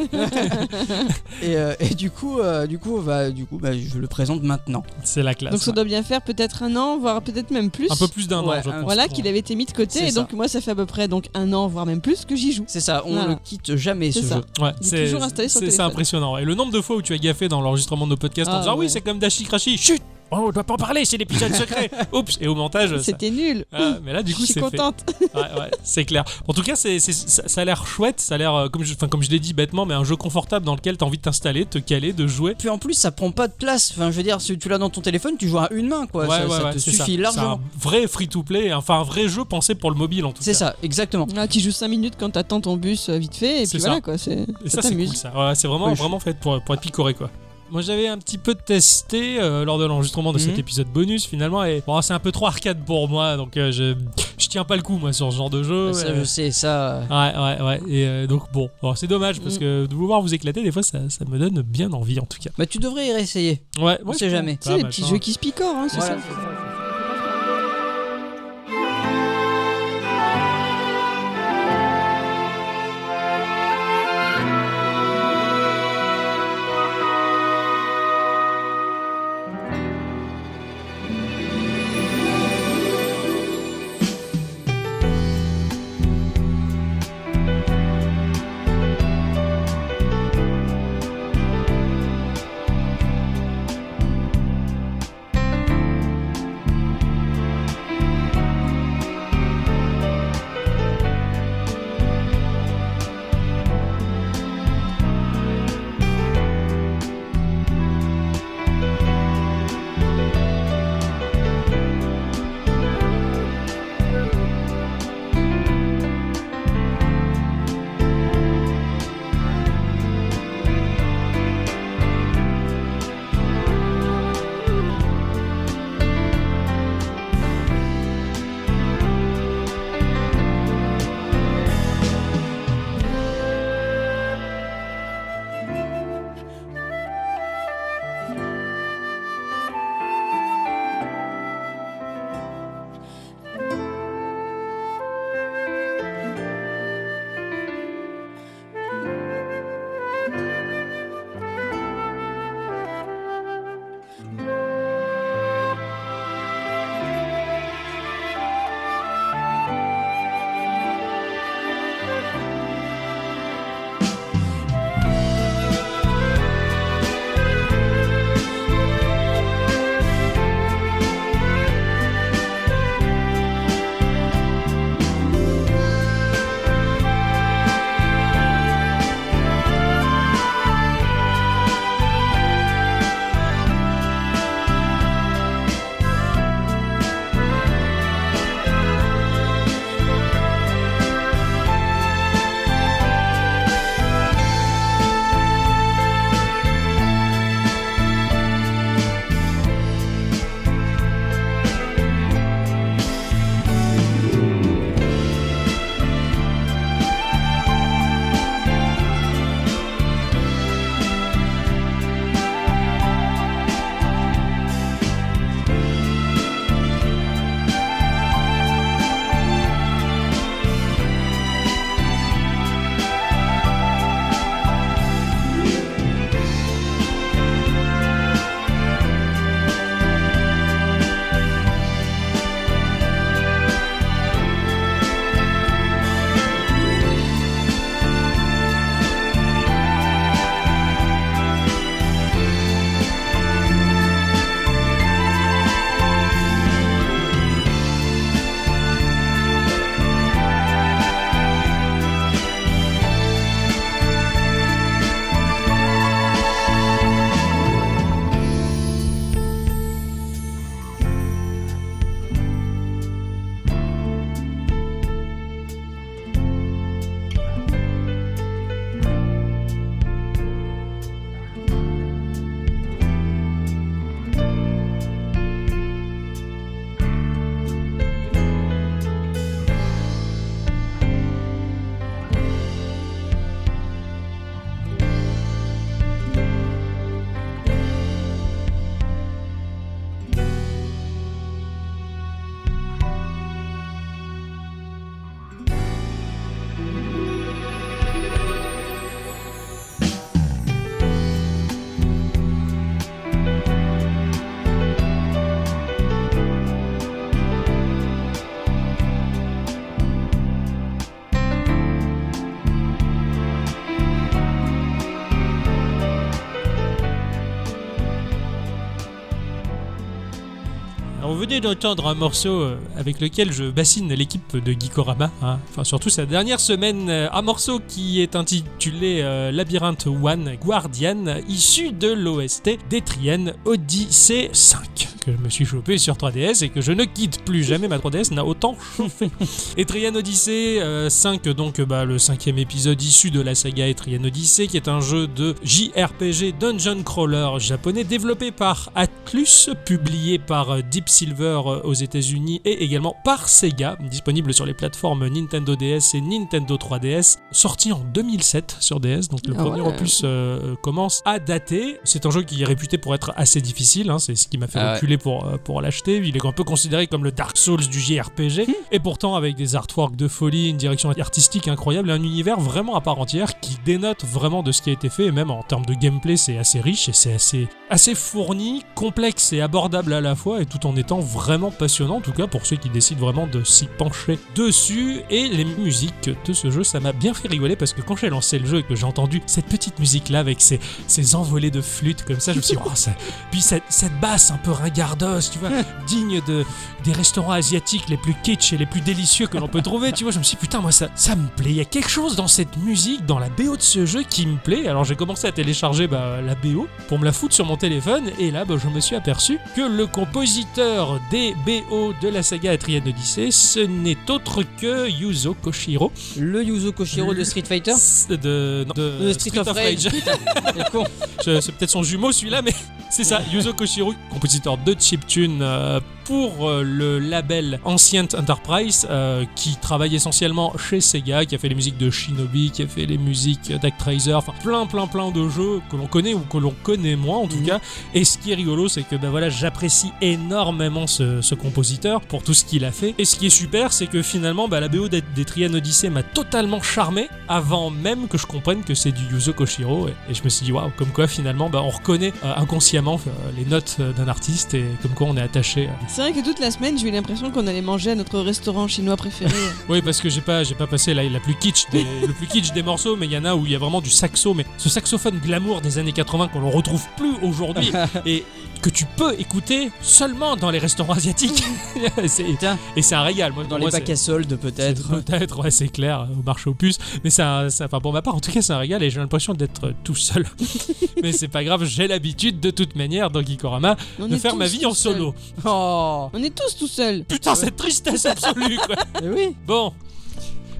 C: Et, euh, et du coup, euh, du coup, bah, du coup, bah, je le présente maintenant.
A: c'est la classe.
B: Donc ça doit bien faire peut-être un an, voire peut-être même plus.
A: Un peu plus d'un an,
C: Ouais,
A: je
C: un-
A: pense.
B: Voilà, qu'il avait été mis de côté.
C: C'est
B: Et donc moi, ça fait à peu près donc un an, voire même plus, que j'y joue.
C: C'est ça, on
B: Voilà.
C: le quitte jamais ce
B: Ah. C'est ça.
C: jeu.
A: Ouais,
B: Il est
A: c'est-
B: toujours installé sur le
A: c'est- C'est
B: téléphone.
A: impressionnant. Et le nombre de fois où tu as gaffé dans l'enregistrement de nos podcasts en
B: Ah,
A: disant oui,
B: ouais.
A: c'est comme Dashi Crashi, chut Oh, on doit pas en parler, c'est l'épisode secret Oups Et au montage. ça-
B: C'était nul.
A: Ah, mais là, du coup,
B: je suis
A: c'est fait.
B: contente.
A: Ouais, ouais, c'est clair. En tout cas, c'est, c'est- ça, ça a l'air chouette, ça a l'air, euh, comme je, enfin, comme je l'ai dit bêtement, mais un jeu confortable dans lequel t'as envie de t'installer, de te caler, de jouer.
C: Puis en plus, ça prend pas de place. Enfin, je veux dire, si tu l'as dans ton téléphone, tu joues à une main, quoi.
A: Ouais,
C: ça
A: ouais,
C: ça
A: ouais,
C: te
A: c'est
C: suffit
A: ça.
C: largement.
A: C'est un vrai free-to-play, enfin un vrai jeu pensé pour le mobile en tout
C: C'est
A: cas.
C: ça, exactement.
B: Ah, tu joues 5 minutes quand t'attends ton bus euh, vite fait. Et
A: C'est
B: puis
A: ça.
B: voilà quoi. c'est-
A: Et
B: Ça
A: ça, c'est
B: t'amuse.
A: cool ça. Ouais, c'est vraiment,
C: Oui, je-
A: vraiment fait pour, pour être picoré quoi. Moi j'avais un petit peu testé euh, lors de l'enregistrement de cet
C: Mhm.
A: épisode bonus finalement et bon, c'est un peu trop arcade pour moi donc euh, je, je tiens pas le coup moi sur ce genre de jeu.
C: Bah, Ça,
A: euh,
C: je sais, ça. euh,
A: Ouais, ouais, ouais. Et euh, donc, bon, Bon, c'est dommage parce
B: Mm.
A: que de vous voir vous éclater, des fois, ça, ça me donne bien envie en tout cas.
C: Bah, tu devrais y réessayer.
A: Ouais, moi,
C: On
A: je
C: sait
A: trouve
C: jamais.
A: pas
B: Tu sais, les
A: mal,
B: petits
A: hein.
B: jeux qui se picorent, hein, c'est
C: Voilà.
B: ça.
A: on venait d'entendre un morceau euh, avec lequel je bassine l'équipe de Gikorama, hein. enfin surtout sa dernière semaine, euh, un morceau qui est intitulé euh, Labyrinthe One Guardian, issu de l'OST d'Etrienne Odyssey 5, que je me suis chopé sur 3DS et que je ne quitte plus jamais, ma 3DS n'a autant chauffé. Etrian Odyssey euh, 5, donc bah, le cinquième épisode issu de la saga Etrian Odyssey, qui est un jeu de JRPG Dungeon Crawler japonais développé par Atlus, publié par euh, Deep Silver euh, aux États-Unis et également par Sega, disponible sur les plateformes Nintendo DS et Nintendo 3DS, sorti en 2007 sur DS, donc le
B: Ah
A: premier
B: ouais.
A: opus euh, commence à dater. C'est un jeu qui est réputé pour être assez difficile, hein, c'est ce qui m'a fait
C: Ah ouais.
A: reculer pour, euh, pour l'acheter. Il est un peu considéré comme le Dark Souls du JRPG, et pourtant avec des artworks de folie, une direction artistique incroyable, et un univers vraiment à part entière qui dénote vraiment de ce qui a été fait, et même en termes de gameplay, c'est assez riche et c'est assez, assez fourni, complexe et abordable à la fois, et tout en étant vraiment passionnant, en tout cas pour ceux qui décident vraiment de s'y pencher dessus. Et les musiques de ce jeu, ça m'a bien fait rigoler parce que quand j'ai lancé le jeu et que j'ai entendu cette petite musique là avec ses, ses envolées de flûte comme ça, je me suis dit, oh, ça, puis cette, cette basse un peu ringardos, tu vois, digne de, des restaurants asiatiques les plus kitsch et les plus délicieux que l'on peut trouver, tu vois, je me suis dit, putain, moi, ça, ça me plaît. Il y a quelque chose dans cette musique, dans la BO de ce jeu qui me plaît. Alors j'ai commencé à télécharger bah, la BO pour me la foutre sur mon téléphone, et là, bah, je me suis aperçu que le compositeur des BO de la saga Atrienne Odyssey, ce n'est autre que Yuzo Koshiro.
C: Le Yuzo Koshiro de Street Fighter
A: De, non, de
C: Euh, Street, of, Rage. Putain, quel con.
A: Je- c'est peut-être son jumeau celui-là, mais c'est ça, Yuzo Koshiro, compositeur de chiptune euh, pour euh, le label Ancient Enterprise, euh, qui travaille essentiellement chez Sega, qui a fait les musiques de Shinobi, qui a fait les musiques d'Actraiser, enfin plein plein plein de jeux que l'on connaît ou que l'on connaît moins en tout
C: Mhm.
A: cas. Et ce qui est rigolo, c'est que ben voilà, j'apprécie énormément ce, ce compositeur pour tout ce qu'il a fait. Et ce qui est super, c'est que finalement, bah, la BO des, des Trian Odyssey m'a totalement charmé avant même que je comprenne que c'est du Yuzo Koshiro. Et, et je me suis dit, waouh, comme quoi finalement, bah, on reconnaît euh, inconsciemment euh, les notes euh, d'un artiste et comme quoi on est attaché. euh.
B: C'est vrai que toute la semaine, j'ai eu l'impression qu'on allait manger à notre restaurant chinois préféré.
A: Oui, parce que j'ai pas, j'ai pas passé la, la plus kitsch des, le plus kitsch des morceaux, mais il y en a où il y a vraiment du saxo. Mais ce saxophone glamour des années 80 qu'on ne retrouve plus aujourd'hui et que tu peux écouter seulement dans les restaurants asiatiques. C'est-
C: Putain,
A: Et c'est un régal. Moi,
C: dans
A: pour
C: les
A: moi,
C: bacs
A: c'est-
C: à soldes peut-être.
A: c'est- Peut-être, ouais, c'est clair, au marché aux puces. Mais c'est un- c'est- enfin, pour ma part, en tout cas, c'est un régal et j'ai l'impression d'être euh, tout seul. mais c'est pas grave, j'ai l'habitude de toute manière dans Gikorama
B: On
A: de
B: est
A: faire
B: tous
A: ma vie
B: tout
A: en solo.
C: Oh
B: seuls. On est tous tout seuls.
A: Putain, cette tristesse absolue, quoi.
C: mais oui
A: Bon.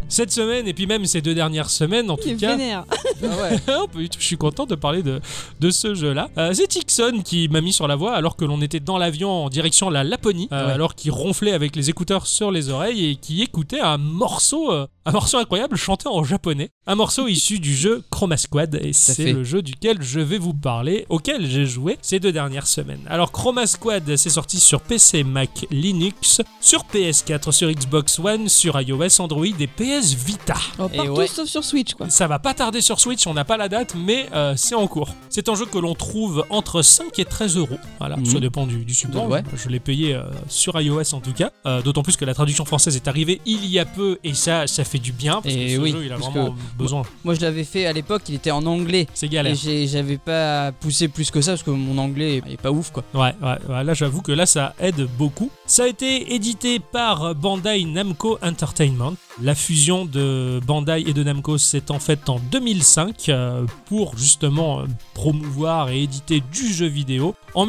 A: Cette semaine, et puis même ces deux dernières semaines, en
B: Il est
A: tout cas,
B: vénère.
C: Ah ouais.
A: Hop, je suis content de parler de, de ce jeu-là. Euh, c'est Tixon qui m'a mis sur la voie alors que l'on était dans l'avion en direction la Laponie, euh,
C: Ah Ouais.
A: alors qu'il ronflait avec les écouteurs sur les oreilles et qui écoutait un morceau, euh, un morceau incroyable chanté en japonais. Un morceau issu du jeu Chroma Squad et c'est
C: fait.
A: le jeu duquel je vais vous parler, auquel j'ai joué ces deux dernières semaines. Alors Chroma Squad, c'est sorti sur PC, Mac, Linux, sur PS4, sur Xbox One, sur iOS, Android et PS Vita.
B: Oh,
C: Et
B: partout
C: ouais.
B: sauf sur Switch, quoi.
A: Ça va pas tarder sur Switch, on n'a pas la date, mais euh, c'est en cours. C'est un jeu que l'on trouve entre 5 et 13 euros. Voilà,
C: Mhm.
A: ça dépend du, du support.
C: Ouais.
A: Je l'ai payé euh, sur iOS en tout cas. Euh, D'autant plus que la traduction française est arrivée il y a peu et ça, ça fait du bien parce
C: Et
A: que ce
C: oui,
A: jeu, il a
C: parce
A: vraiment besoin.
C: Moi je l'avais fait à l'époque, il était en anglais.
A: C'est galère.
C: Et j'ai- j'avais pas poussé plus que ça parce que mon anglais il est pas ouf quoi.
A: Ouais, ouais, ouais, là j'avoue que là ça aide beaucoup. Ça a été édité par Bandai Namco Entertainment. La fusion de Bandai et de Namco s'est en fait en 2005 euh, pour justement euh, promouvoir et éditer du jeu vidéo. En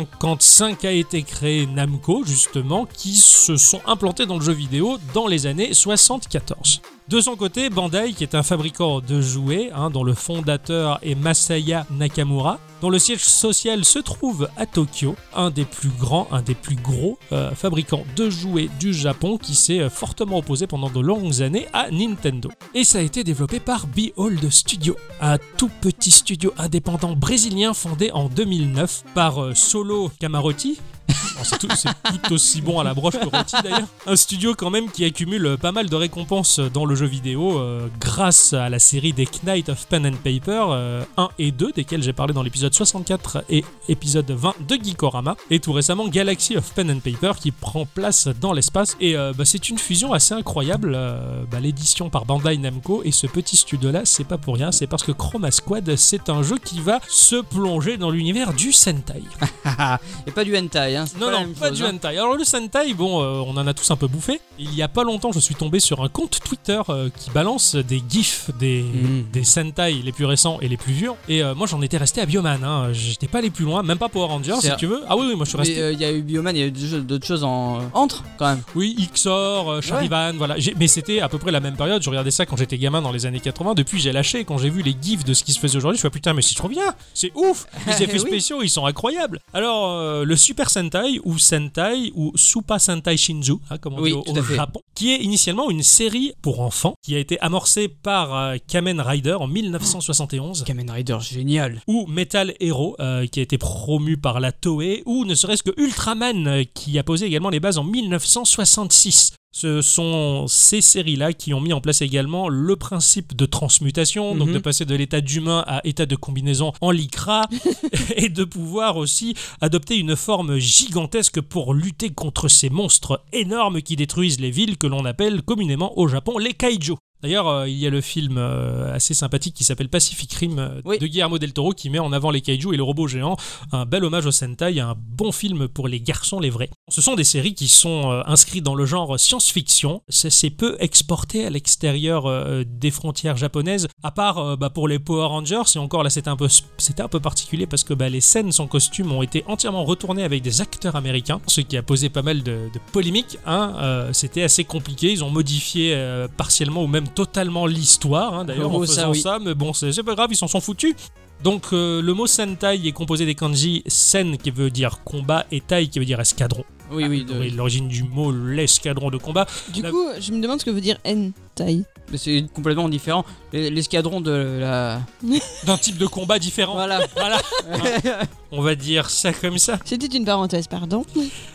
A: 1955 a été créé Namco justement qui se sont implantés dans le jeu vidéo dans les années 74. De son côté, Bandai, qui est un fabricant de jouets, hein, dont le fondateur est Masaya Nakamura, dont le siège social se trouve à Tokyo, un des plus grands, un des plus gros euh, fabricants de jouets du Japon, qui s'est euh, fortement opposé pendant de longues années à Nintendo. Et ça a été développé par Behold Studio, un tout petit studio indépendant brésilien fondé en 2009 par euh, Solo Camarotti, Bon, c'est tout, c'est tout aussi bon à la broche que rôti d'ailleurs. Un studio quand même qui accumule euh, pas mal de récompenses dans le jeu vidéo euh, grâce à la série des Knight of Pen and Paper euh, 1 et 2 desquels j'ai parlé dans l'épisode 64 et épisode 20 de Geekorama et tout récemment Galaxy of Pen and Paper qui prend place dans l'espace et euh, bah, c'est une fusion assez incroyable euh, bah, l'édition par Bandai Namco et ce petit studio là c'est pas pour rien c'est parce que Chroma Squad c'est un jeu qui va se plonger dans l'univers du Sentai.
C: Et pas du hentai hein. c'est
A: Non,
C: pas la
A: non,
C: même
A: pas
C: chose,
A: du
C: hein.
A: hentai. Alors le hentai, bon, euh, on en a tous un peu bouffé. Il y a pas longtemps, je suis tombé sur un compte Twitter euh, qui balance des gifs des,
C: Mm.
A: des hentai les plus récents et les plus vieux. Et euh, moi, j'en étais resté à Bioman. Hein. J'étais pas allé plus loin, même pas Power Rangers,
C: C'est
A: si
C: un-
A: tu veux. Ah oui, oui, moi je suis
C: Mais
A: resté.
C: euh, il y a eu Bioman, il y a eu des jeux- d'autres choses en. euh, Entre quand même.
A: Oui, XOR, euh, Charivan, voilà. J'ai- Mais c'était à peu près la même période. Je regardais ça quand j'étais gamin dans les années 80. Depuis, j'ai lâché. Quand j'ai vu les gifs de ce qui se faisait aujourd'hui, je me suis dit, putain, mais c'est trop bien. C'est ouf. Les effets
C: Oui.
A: spéciaux, ils sont incroyables. Alors, euh, le Super Sentai ou Sentai ou Supa Sentai Shinju, hein, comme on
C: Oui,
A: dit au,
C: tout à
A: au
C: fait.
A: Japon, qui est initialement une série pour enfants qui a été amorcée par euh, Kamen Rider en 1971
C: Kamen Rider, génial.
A: ou Metal Hero euh, qui a été promu par la Toei ou ne serait-ce que Ultraman euh, qui a posé également les bases en 1966. Ce sont ces séries-là qui ont mis en place également le principe de transmutation, donc
C: Mhm.
A: de passer de l'état d'humain à état de combinaison en lycra et de pouvoir aussi adopter une forme gigantesque pour lutter contre ces monstres énormes qui détruisent les villes que l'on appelle communément au Japon les kaiju. D'ailleurs, euh, il y a le film euh, assez sympathique qui s'appelle Pacific Rim euh,
C: Oui.
A: de Guillermo del Toro qui met en avant les kaiju et le robot géant. Un bel hommage au Sentai, un bon film pour les garçons, les vrais. Ce sont des séries qui sont euh, inscrites dans le genre science-fiction. Ça s'est peu exporté à l'extérieur euh, des frontières japonaises, à part euh, bah, pour les Power Rangers. Et encore là, c'était un peu, c'était un peu particulier parce que bah, les scènes sans costume ont été entièrement retournées avec des acteurs américains, ce qui a posé pas mal de, de polémiques. hein. Euh, c'était assez compliqué. Ils ont modifié euh, partiellement ou même totalement l'histoire. hein, D'ailleurs, en
C: Oh, ça,
A: faisant
C: oui.
A: ça, mais bon, c'est c'est pas grave, ils s'en sont foutus. Donc euh, le mot Sentai est composé des kanji Sen qui veut dire combat et Tai qui veut dire escadron.
C: Oui, oui. de-
A: Et L'origine du mot l'escadron de combat.
B: Du
A: La-
B: coup, je me demande ce que veut dire hentai.
C: Mais c'est complètement différent. Les- L'escadron de la.
A: D'un type de combat différent.
C: Voilà.
A: Voilà, on va dire ça comme ça.
B: C'était une parenthèse, pardon.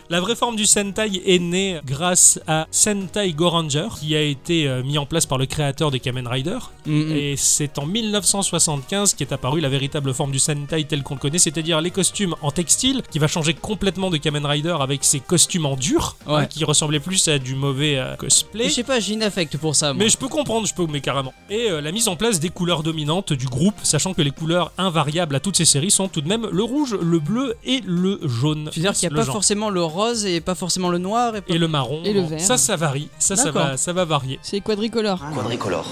A: La vraie forme du Sentai est née grâce à Sentai Goranger qui a été euh, mis en place par le créateur de Kamen Rider.
C: Mm, mm.
A: Et c'est en 1975 qu'est apparue la véritable forme du Sentai tel qu'on le connaît, c'est-à-dire les costumes en textile, qui va changer complètement de Kamen Rider avec ses costumes en dur,
C: Ouais.
A: hein, qui ressemblaient plus à du mauvais euh, cosplay.
C: Je sais pas, j'ai une affect pour ça. moi.
A: Mais je peux comprendre, je peux, mais carrément. Et euh, la mise en place des couleurs dominantes du groupe, sachant que les couleurs invariables à toutes ces séries sont tout de même le rouge, le bleu et le jaune.
C: Tu veux dire qu'il n'y
A: Le
C: a pas
A: genre.
C: forcément le rose et pas forcément le noir et pas-
A: Et le marron.
B: Et le
A: non.
B: vert.
A: Ça, ça varie. Ça, ça va,
C: D'accord.
A: ça va varier.
B: C'est quadricolore.
F: Quadricolore.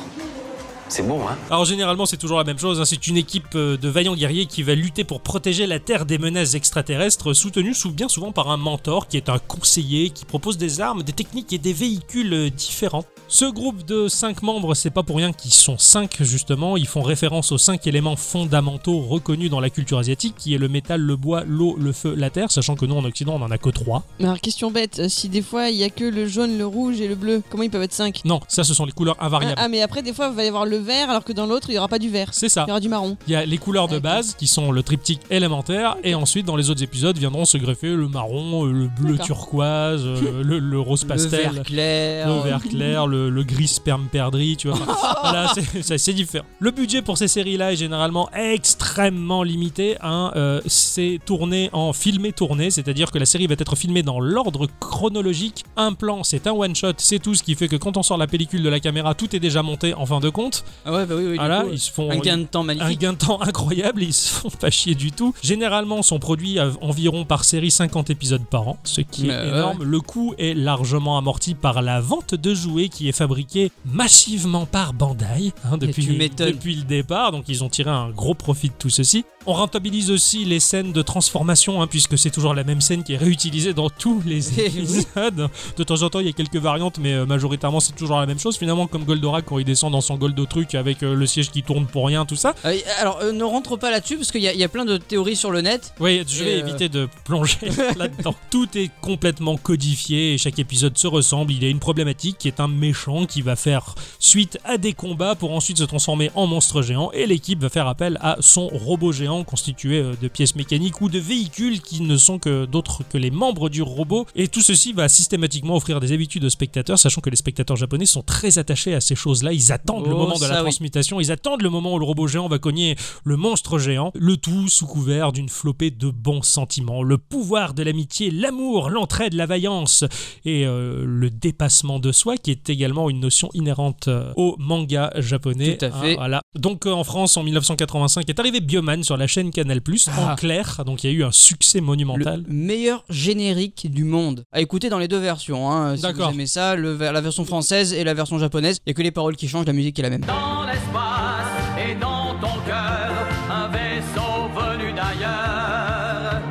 F: C'est bon, hein
A: Alors généralement c'est toujours la même chose, hein. c'est une équipe euh, de vaillants guerriers qui va lutter pour protéger la Terre des menaces extraterrestres, soutenue sou- bien souvent par un mentor qui est un conseiller, qui propose des armes, des techniques et des véhicules euh, différents. Ce groupe de 5 membres, c'est pas pour rien qu'ils sont 5 justement, ils font référence aux 5 éléments fondamentaux reconnus dans la culture asiatique, qui est le métal, le bois, l'eau, le feu, la terre, sachant que nous en Occident on en a que 3.
B: Mais alors, question bête, euh, si des fois il y a que le jaune, le rouge et le bleu, comment ils peuvent être 5
A: Non, ça ce sont les couleurs
B: ah,
A: invariables.
B: ah, mais après, des fois, il va y avoir le vert, alors que dans l'autre, il n'y aura pas du vert.
A: C'est ça.
B: Il y aura du marron.
A: Il y a les couleurs de
B: Ok.
A: base qui sont le triptyque élémentaire et ensuite dans les autres épisodes viendront se greffer le marron, euh, le bleu
B: D'accord.
A: turquoise, euh, le, le rose
C: Le
A: pastel,
C: vert clair.
A: le vert clair, le, le gris sperme perdri, tu vois. voilà, c'est- c'est c'est différent. Le budget pour ces séries-là est généralement extrêmement limité. hein, euh, c'est tourné en filmé-tourné, c'est-à-dire que la série va être filmée dans l'ordre chronologique. Un plan, c'est un one-shot, c'est tout, ce qui fait que quand on sort la pellicule de la caméra, tout est déjà monté en fin de compte.
C: Ah ouais, bah oui, oui. du
A: voilà,
C: coup,
A: ils se font...
C: un gain de temps
A: Un
C: magnifique.
A: gain de temps incroyable, ils se font pas chier du tout. Généralement, sont produits à environ par série 50 épisodes par an, ce qui est
C: Euh, ouais,
A: énorme. Le coût est largement amorti par la vente de jouets qui est fabriquée massivement par Bandai hein, depuis,
C: tu m'étonnes.
A: depuis le départ, donc ils ont tiré un gros profit de tout ceci. On rentabilise aussi les scènes de transformation, hein, puisque c'est toujours la même scène qui est réutilisée dans tous les
C: Eh oui.
A: épisodes. De temps en temps, il y a quelques variantes, mais euh, majoritairement, c'est toujours la même chose. Finalement, comme Goldorak, quand il descend dans son Goldo truc avec euh, le siège qui tourne pour rien, tout ça.
C: Euh, alors, euh, ne rentre pas là-dessus parce qu'il y, a- il y a plein de théories sur le net.
A: Oui, je
C: Et
A: vais
C: euh,
A: éviter de plonger là-dedans. Tout est complètement codifié et chaque épisode se ressemble. Il y a une problématique qui est un méchant qui va faire suite à des combats pour ensuite se transformer en monstre géant et l'équipe va faire appel à son robot géant constitué euh, de pièces mécaniques ou de véhicules qui ne sont que d'autres que les membres du robot. Et tout ceci va systématiquement offrir des habitudes aux spectateurs, sachant que les spectateurs japonais sont très attachés à ces choses-là. Ils attendent le
C: Oh,
A: moment de la
C: Ça, oui.
A: transmutation. Ils attendent le moment où le robot géant va cogner le monstre géant, le tout sous couvert d'une flopée de bons sentiments, le pouvoir de l'amitié, l'amour, l'entraide, la vaillance et euh, le dépassement de soi, qui est également une notion inhérente euh, au manga japonais.
C: Tout à fait.
A: voilà. Donc euh, en France, en 1985, est arrivé Bioman sur la chaîne Canal+, en
C: Ah.
A: clair. Donc il y a eu un succès monumental.
C: Le meilleur générique du monde. À écouter dans les deux versions. Hein, si
A: D'accord.
C: vous aimez ça, le- la version française et la version japonaise. Il n'y a que les paroles qui changent, la musique est la même.
G: dans l'espace et dans ton cœur, un vaisseau venu d'ailleurs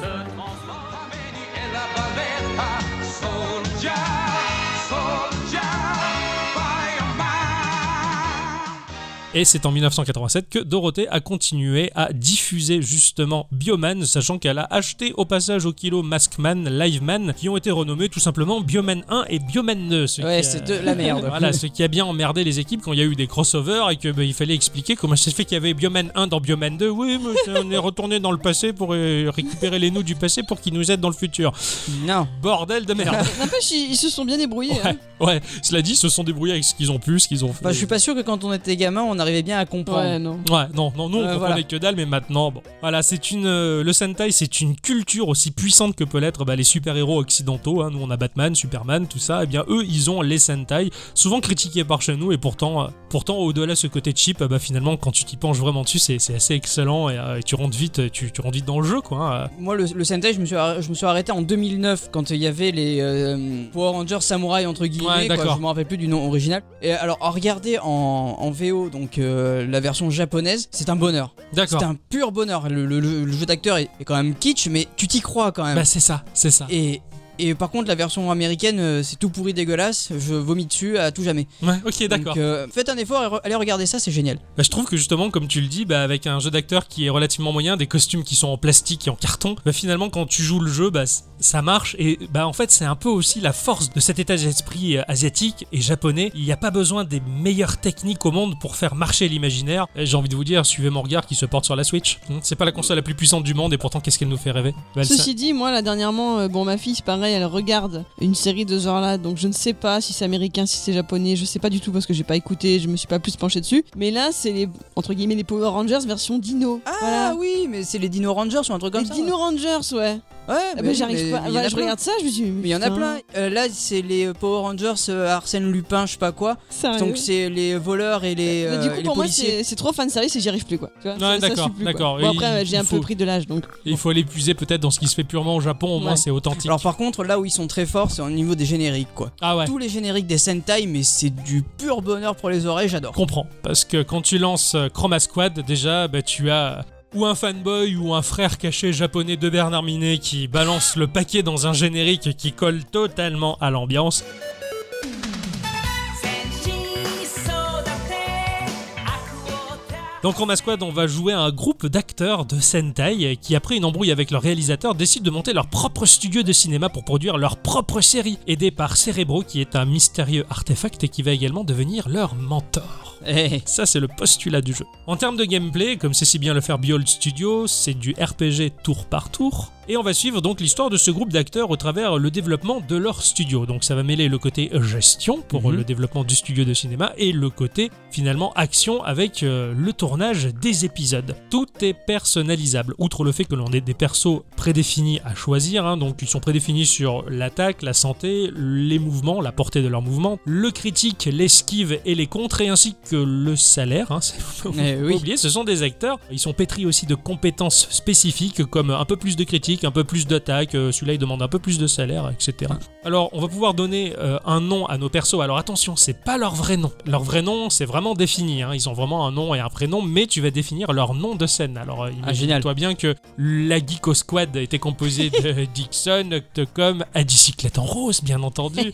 G: se transforme.
A: Et c'est en 1987 que Dorothée a continué à diffuser justement Bioman, sachant qu'elle a acheté au passage au kilo Maskman, Liveman, qui ont été renommés tout simplement Bioman 1 et Bioman 2. ce
C: Ouais,
A: qui a-
C: c'est de la merde.
A: euh, Voilà, ce qui a bien emmerdé les équipes quand il y a eu des crossovers et que bah, il fallait expliquer comment ça se fait qu'il y avait Bioman 1 dans Bioman 2. Oui, mais c'est- on est retourné dans le passé pour euh, récupérer les nous du passé pour qu'ils nous aident dans le futur.
C: Non.
A: Bordel de merde.
B: N'empêche, ils, ils se sont bien débrouillés. hein.
A: Ouais, ouais, cela dit, ils se sont débrouillés avec ce qu'ils ont pu, ce qu'ils ont fait.
C: Enfin, Bah, je suis pas sûr que quand on était gamin, on arrivait bien à comprendre.
B: Ouais, non.
A: Ouais, non, non, nous on
C: Euh,
A: comprenait
C: voilà.
A: que dalle, mais maintenant, bon. Voilà, c'est une. euh, le Sentai, c'est une culture aussi puissante que peut l'être bah, les super-héros occidentaux. hein. Nous on a Batman, Superman, tout ça. Et bien eux, ils ont les Sentai, souvent critiqués par chez nous, et pourtant, euh, pourtant au-delà de ce côté cheap, euh, bah, finalement, quand tu t'y penches vraiment dessus, c'est c'est assez excellent et, euh, et tu rentres vite tu, tu rentres vite dans le jeu, quoi. hein.
C: Moi, le, le Sentai, je me, suis arr- je me suis arrêté en 2009 quand il y avait les euh, Power Rangers Samurai, entre
A: Ouais,
C: guillemets. quoi,
A: d'accord.
C: je me rappelle plus du nom original. Et alors, à regarder en, en VO, donc euh, la version japonaise, c'est un bonheur.
A: D'accord.
C: C'est un pur bonheur. Le, le- le- le jeu d'acteur est, est quand même kitsch, mais tu t'y crois quand même.
A: Bah, c'est ça, c'est ça.
C: et, et par contre, la version américaine, euh, c'est tout pourri dégueulasse. Je vomis dessus à tout jamais.
A: Ouais, ok, d'accord.
C: Donc, euh, faites un effort et re- allez regarder ça, c'est génial.
A: Bah, je trouve que justement, comme tu le dis, bah, avec un jeu d'acteur qui est relativement moyen, des costumes qui sont en plastique et en carton, bah, finalement, quand tu joues le jeu, bah, c- ça marche. Et bah, en fait, c'est un peu aussi la force de cet état d'esprit euh, asiatique et japonais. Il n'y a pas besoin des meilleures techniques au monde pour faire marcher l'imaginaire. Et J'ai envie de vous dire, suivez mon regard qui se porte sur la Switch. Hmm, C'est pas la console la plus puissante du monde et pourtant, qu'est-ce qu'elle nous fait rêver Bah, elle
B: Ceci dit, moi, là, dernièrement, euh, bon, ma fille, c'est pareil, elle regarde une série de ce genre-là, donc je ne sais pas si c'est américain, si c'est japonais, je sais pas du tout parce que j'ai pas écouté, je me suis pas plus penché dessus. Mais là, c'est les, entre guillemets, les Power Rangers version dino.
C: Ah
B: Voilà.
C: oui, mais c'est les Dino Rangers ou un truc comme
B: les
C: ça.
B: Dino Rangers, ouais.
C: Ouais,
B: Ah
C: mais
B: bah,
C: oui,
B: j'arrive
C: mais
B: pas.
C: il y en
B: voilà,
C: a
B: je
C: plein.
B: regarde ça, je me dis.
C: Mais il y en a
B: putain,
C: plein. Euh, là, c'est les Power Rangers, euh, Arsène Lupin, je sais pas quoi.
B: Sérieux.
C: Donc c'est les voleurs et les,
B: Mais
C: Ah, euh,
B: du coup,
C: et les
B: pour moi,
C: policiers.
B: c'est c'est trop fan service et j'y arrive plus quoi. Tu vois, ça- ça
A: d'accord,
B: suit plus, quoi.
A: d'accord.
B: Bon,
A: Et
B: après,
A: il-
B: j'ai un
A: il
B: peu
A: faut-
B: pris de l'âge donc.
A: Il faut aller puiser peut-être dans ce qui se fait purement au Japon, au moins
B: Ouais.
A: c'est authentique.
C: Alors par contre, là où ils sont très forts, c'est au niveau des génériques, quoi.
A: ah ouais.
C: Tous les génériques des Sentai, mais c'est du pur bonheur pour les oreilles, j'adore.
A: comprends. Parce que quand tu lances euh, Chroma Squad, déjà, bah, tu as ou un fanboy ou un frère caché japonais de Bernard Minet qui balance le paquet dans un générique qui colle totalement à l'ambiance. Dans Chroma Squad, on va jouer à un groupe d'acteurs de Sentai qui, après une embrouille avec leur réalisateur, décident de monter leur propre studio de cinéma pour produire leur propre série, aidé par Cerebro qui est un mystérieux artefact et qui va également devenir leur mentor.
C: Eh,
A: Ça, c'est le postulat du jeu. En termes de gameplay, comme c'est si bien le faire Biold Studio, c'est du RPG tour par tour. Et on va suivre donc l'histoire de ce groupe d'acteurs au travers le développement de leur studio. Donc ça va mêler le côté gestion pour
C: Mhm.
A: le développement du studio de cinéma et le côté finalement action avec euh, le tournage des épisodes. Tout est personnalisable, outre le fait que l'on ait des persos prédéfinis à choisir. hein. donc ils sont prédéfinis sur l'attaque, la santé, les mouvements, la portée de leurs mouvements, le critique, l'esquive et les contres, et ainsi que le salaire. Hein, c'est faut
C: Eh
A: pas
C: oui.
A: oublier, ce sont des acteurs. Ils sont pétris aussi de compétences spécifiques, comme un peu plus de critique, un peu plus d'attaque, euh, celui-là il demande un peu plus de salaire, etc. Alors, on va pouvoir donner euh, un nom à nos persos. Alors attention, c'est pas leur vrai nom. Leur vrai nom, c'est vraiment défini. hein. Ils ont vraiment un nom et un prénom, mais tu vas définir leur nom de scène. Alors, euh,
C: Ah,
A: imagine-toi bien que la Geeko Squad était composée de Dixon, Octocom, à bicyclette en rose, bien entendu.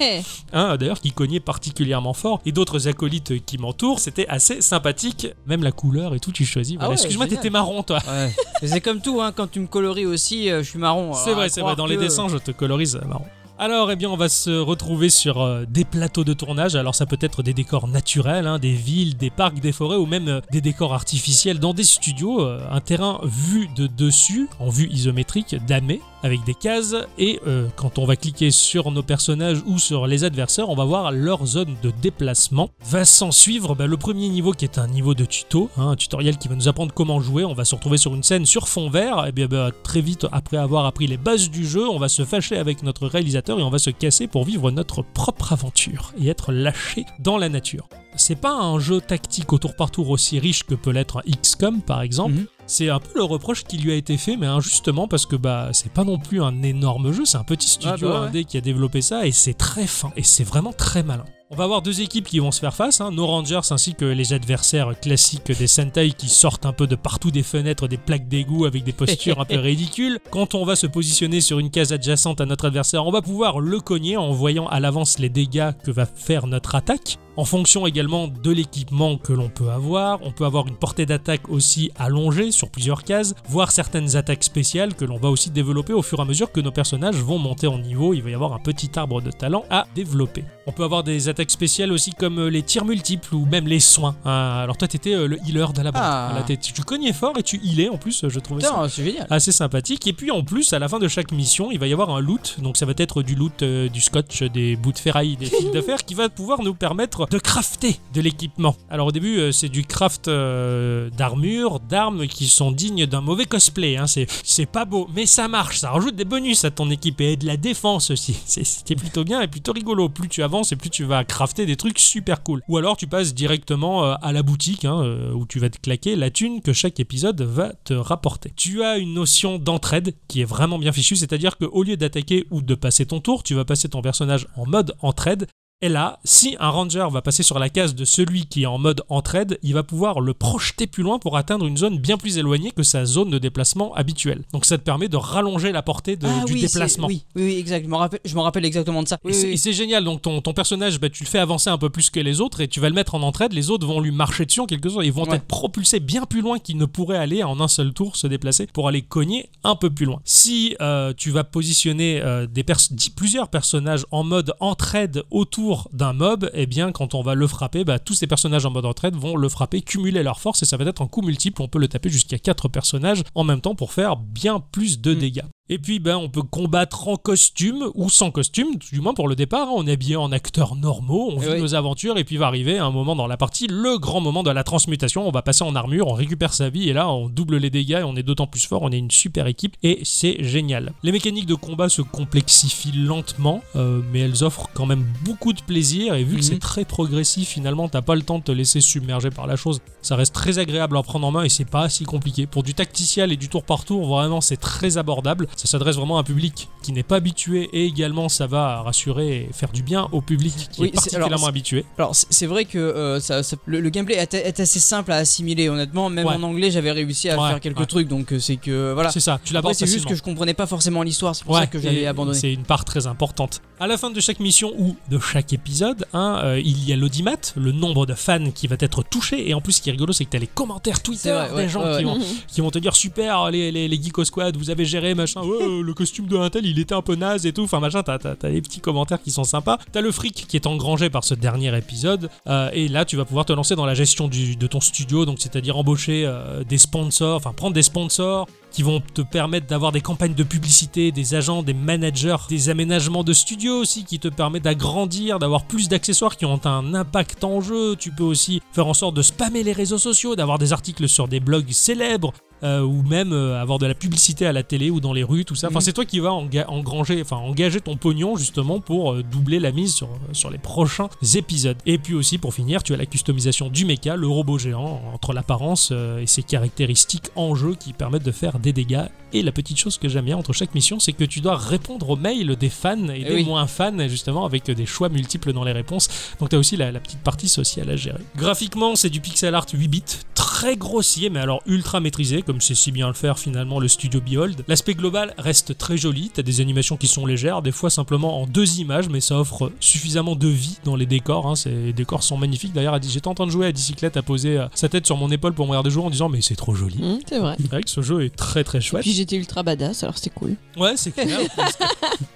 A: Hein, d'ailleurs, qui cognait particulièrement fort, et d'autres acolytes euh, qui m'entourent. C'était assez sympathique. Même la couleur et tout, tu choisis. Voilà.
C: Ah ouais,
A: Excuse-moi,
C: génial.
A: t'étais marron, toi.
C: ouais. Mais c'est comme tout, hein, quand tu me coloris aussi, euh, je suis marron.
A: C'est
C: Alors,
A: vrai,
C: à
A: c'est vrai.
C: croire
A: Dans les
C: que-
A: dessins, je te colorise euh, marron. Alors, eh bien, on va se retrouver sur euh, des plateaux de tournage. Alors, ça peut être des décors naturels, hein, des villes, des parcs, des forêts ou même euh, des décors artificiels dans des studios. euh, un terrain vu de dessus, en vue isométrique, damé, avec des cases. Et euh, quand on va cliquer sur nos personnages ou sur les adversaires, on va voir leur zone de déplacement. Va s'en suivre bah, le premier niveau qui est un niveau de tuto, hein, un tutoriel qui va nous apprendre comment jouer. On va se retrouver sur une scène sur fond vert. Et bien, bah, très vite, après avoir appris les bases du jeu, on va se fâcher avec notre réalisateur et on va se casser pour vivre notre propre aventure et être lâché dans la nature. C'est pas un jeu tactique au tour par tour aussi riche que peut l'être un XCOM par exemple.
C: Mhm.
A: C'est un peu le reproche qui lui a été fait, mais injustement parce que bah c'est pas non plus un énorme jeu, c'est un petit studio
C: Ah bah ouais.
A: indé qui a développé ça et c'est très fin et c'est vraiment très malin. On va avoir deux équipes qui vont se faire face, hein, nos Rangers ainsi que les adversaires classiques des Sentai qui sortent un peu de partout des fenêtres, des plaques d'égout avec des postures un peu ridicules. Quand on va se positionner sur une case adjacente à notre adversaire, on va pouvoir le cogner en voyant à l'avance les dégâts que va faire notre attaque. En fonction également de l'équipement que l'on peut avoir, on peut avoir une portée d'attaque aussi allongée sur plusieurs cases, voire certaines attaques spéciales que l'on va aussi développer au fur et à mesure que nos personnages vont monter en niveau. Il va y avoir un petit arbre de talent à développer. On peut avoir des attaques spéciales aussi comme euh, les tirs multiples ou même les soins. hein. Alors toi, t'étais euh, le healer de la bande.
C: Ah.
A: Voilà, t'es- tu cognais fort et tu healais en plus. euh, Je trouvais ça
C: Putain, c'est génial.
A: assez sympathique. Et puis en plus, à la fin de chaque mission, il va y avoir un loot. Donc ça va être du loot, euh, du scotch, des bouts de ferraille, des fils de fer, qui va pouvoir nous permettre de crafter de l'équipement. Alors au début, euh, c'est du craft euh, d'armure, d'armes qui sont dignes d'un mauvais cosplay. hein. C'est c'est pas beau, mais ça marche. Ça rajoute des bonus à ton équipe et de la défense aussi. C'est- C'était plutôt bien et plutôt rigolo. Plus tu avances et plus tu vas crafter des trucs super cool. Ou alors tu passes directement euh, à la boutique hein, euh, où tu vas te claquer la thune que chaque épisode va te rapporter. Tu as une notion d'entraide qui est vraiment bien fichue, c'est-à-dire qu'au lieu d'attaquer ou de passer ton tour, tu vas passer ton personnage en mode entraide. Et là, si un ranger va passer sur la case de celui qui est en mode entraide, il va pouvoir le projeter plus loin pour atteindre une zone bien plus éloignée que sa zone de déplacement habituelle. Donc ça te permet de rallonger la portée de-
C: Ah
A: du
C: oui, c'est-
A: déplacement.
C: Oui, oui, oui, exact. Je me rappelle, je me rappelle exactement de ça.
A: Et
C: Oui,
A: c'est-
C: oui,
A: et c'est génial, donc ton, ton personnage, bah, tu le fais avancer un peu plus que les autres et tu vas le mettre en entraide, les autres vont lui marcher dessus en quelque sorte, ils vont
C: Ouais.
A: être propulsés bien plus loin qu'ils ne pourraient aller en un seul tour se déplacer pour aller cogner un peu plus loin. Si euh, tu vas positionner euh, des pers- dix- plusieurs personnages en mode entraide autour d'un mob, eh bien quand on va le frapper, bah, tous ces personnages en mode entraide vont le frapper, cumuler leur force et ça va être un coup multiple, on peut le taper jusqu'à 4 personnages en même temps pour faire bien plus de
C: Mm.
A: dégâts. Et puis, ben, on peut combattre en costume ou sans costume, du moins pour le départ. hein. on est habillé en acteurs normaux, on
C: Eh
A: vit
C: oui.
A: nos aventures, et puis va arriver un moment dans la partie, le grand moment de la transmutation. On va passer en armure, on récupère sa vie, et là, on double les dégâts, et on est d'autant plus fort. On est une super équipe, et c'est génial. Les mécaniques de combat se complexifient lentement, euh, mais elles offrent quand même beaucoup de plaisir. Et vu que
C: Mhm.
A: c'est très progressif, finalement, t'as pas le temps de te laisser submerger par la chose. Ça reste très agréable à prendre en main et c'est pas si compliqué. Pour du tacticiel et du tour par tour, vraiment c'est très abordable. Ça s'adresse vraiment à un public qui n'est pas habitué et également ça va rassurer et faire du bien au public qui
C: Oui,
A: est
C: c'est- alors,
A: particulièrement habitué.
C: Alors c'est c'est vrai que euh, ça, ça- le, le gameplay est, est assez simple à assimiler honnêtement. Même
A: Ouais.
C: en anglais j'avais réussi à
A: Ouais,
C: faire quelques
A: ouais.
C: trucs donc euh, c'est que voilà.
A: C'est ça, tu
C: Après
A: l'abordes
C: c'est juste
A: facilement.
C: que je comprenais pas forcément l'histoire, c'est pour
A: Ouais,
C: ça que j'avais
A: et
C: abandonné.
A: C'est une part très importante. À la fin de chaque mission ou de chaque épisode, hein, euh, il y a l'audimat, le nombre de fans qui va être touché. Et en plus, ce qui est rigolo, c'est que tu as les commentaires Twitter
C: C'est vrai,
A: des
C: ouais,
A: gens
C: ouais,
A: qui,
C: ouais.
A: Vont, qui vont te dire super, les, les, les Geeko Squad, vous avez géré machin. Ouais, euh, le costume de Intel, il était un peu naze et tout. Enfin, machin, t'as as, les petits commentaires qui sont sympas. T'as le fric qui est engrangé par ce dernier épisode. euh, et là, tu vas pouvoir te lancer dans la gestion du- de ton studio, donc c'est-à-dire embaucher euh, des sponsors, enfin prendre des sponsors, qui vont te permettre d'avoir des campagnes de publicité, des agents, des managers, des aménagements de studio aussi qui te permettent d'agrandir, d'avoir plus d'accessoires qui ont un impact en jeu. Tu peux aussi faire en sorte de spammer les réseaux sociaux, d'avoir des articles sur des blogs célèbres. euh, ou même euh, avoir de la publicité à la télé ou dans les rues, tout ça. Enfin,
C: Mhm.
A: c'est toi qui vas enga- engranger, enfin engager ton pognon justement pour euh, doubler la mise sur, sur les prochains épisodes. Et puis aussi, pour finir, tu as la customisation du mecha, le robot géant, entre l'apparence euh, et ses caractéristiques en jeu qui permettent de faire des dégâts. Et la petite chose que j'aime bien entre chaque mission, c'est que tu dois répondre aux mails des fans et
C: Eh
A: des
C: oui.
A: moins fans, justement, avec des choix multiples dans les réponses. Donc t'as aussi la, la petite partie sociale à gérer. Graphiquement, c'est du pixel art 8 bits, très grossier, mais alors ultra maîtrisé, comme comme c'est si bien le faire finalement le studio Behold. L'aspect global reste très joli, t'as des animations qui sont légères, des fois simplement en deux images, mais ça offre suffisamment de vie dans les décors. hein. C'est- Les décors sont magnifiques. D'ailleurs, Adi- j'étais en train de jouer à Dicyclette à poser euh, sa tête sur mon épaule pour me regarder jouer en disant mais c'est trop joli.
B: Hum, c'est vrai.
A: C'est vrai que ce jeu est très très
B: Et
A: chouette.
B: Puis j'étais ultra badass, alors c'est cool.
A: Ouais, c'est clair. parce que-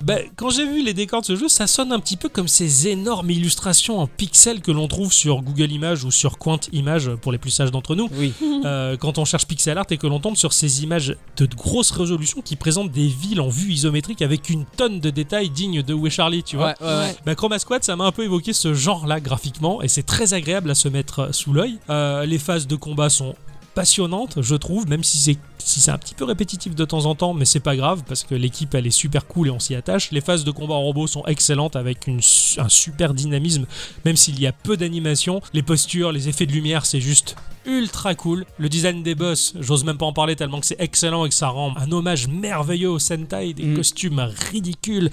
A: Ben, quand j'ai vu les décors de ce jeu, ça sonne un petit peu comme ces énormes illustrations en pixels que l'on trouve sur Google Images ou sur Quant Images pour les plus sages d'entre nous.
C: Oui.
A: Euh, quand on cherche pixel art et que l'on tombe sur ces images de grosse résolution qui présentent des villes en vue isométrique avec une tonne de détails dignes de Où est Charlie, tu vois.
C: Ouais, ouais, ouais.
A: Bah, Chroma Squad, ça m'a un peu évoqué ce genre-là graphiquement, et c'est très agréable à se mettre euh, sous l'œil. Euh, les phases de combat sont passionnantes, je trouve, même si c'est si c'est un petit peu répétitif de temps en temps, mais c'est pas grave parce que l'équipe elle est super cool et on s'y attache. Les phases de combat en robot sont excellentes avec une su- un super dynamisme, même s'il y a peu d'animation. Les postures, les effets de lumière, c'est juste ultra cool. Le design des boss, j'ose même pas en parler tellement que c'est excellent et que ça rend un hommage merveilleux au Sentai, des
C: Mm.
A: costumes ridicules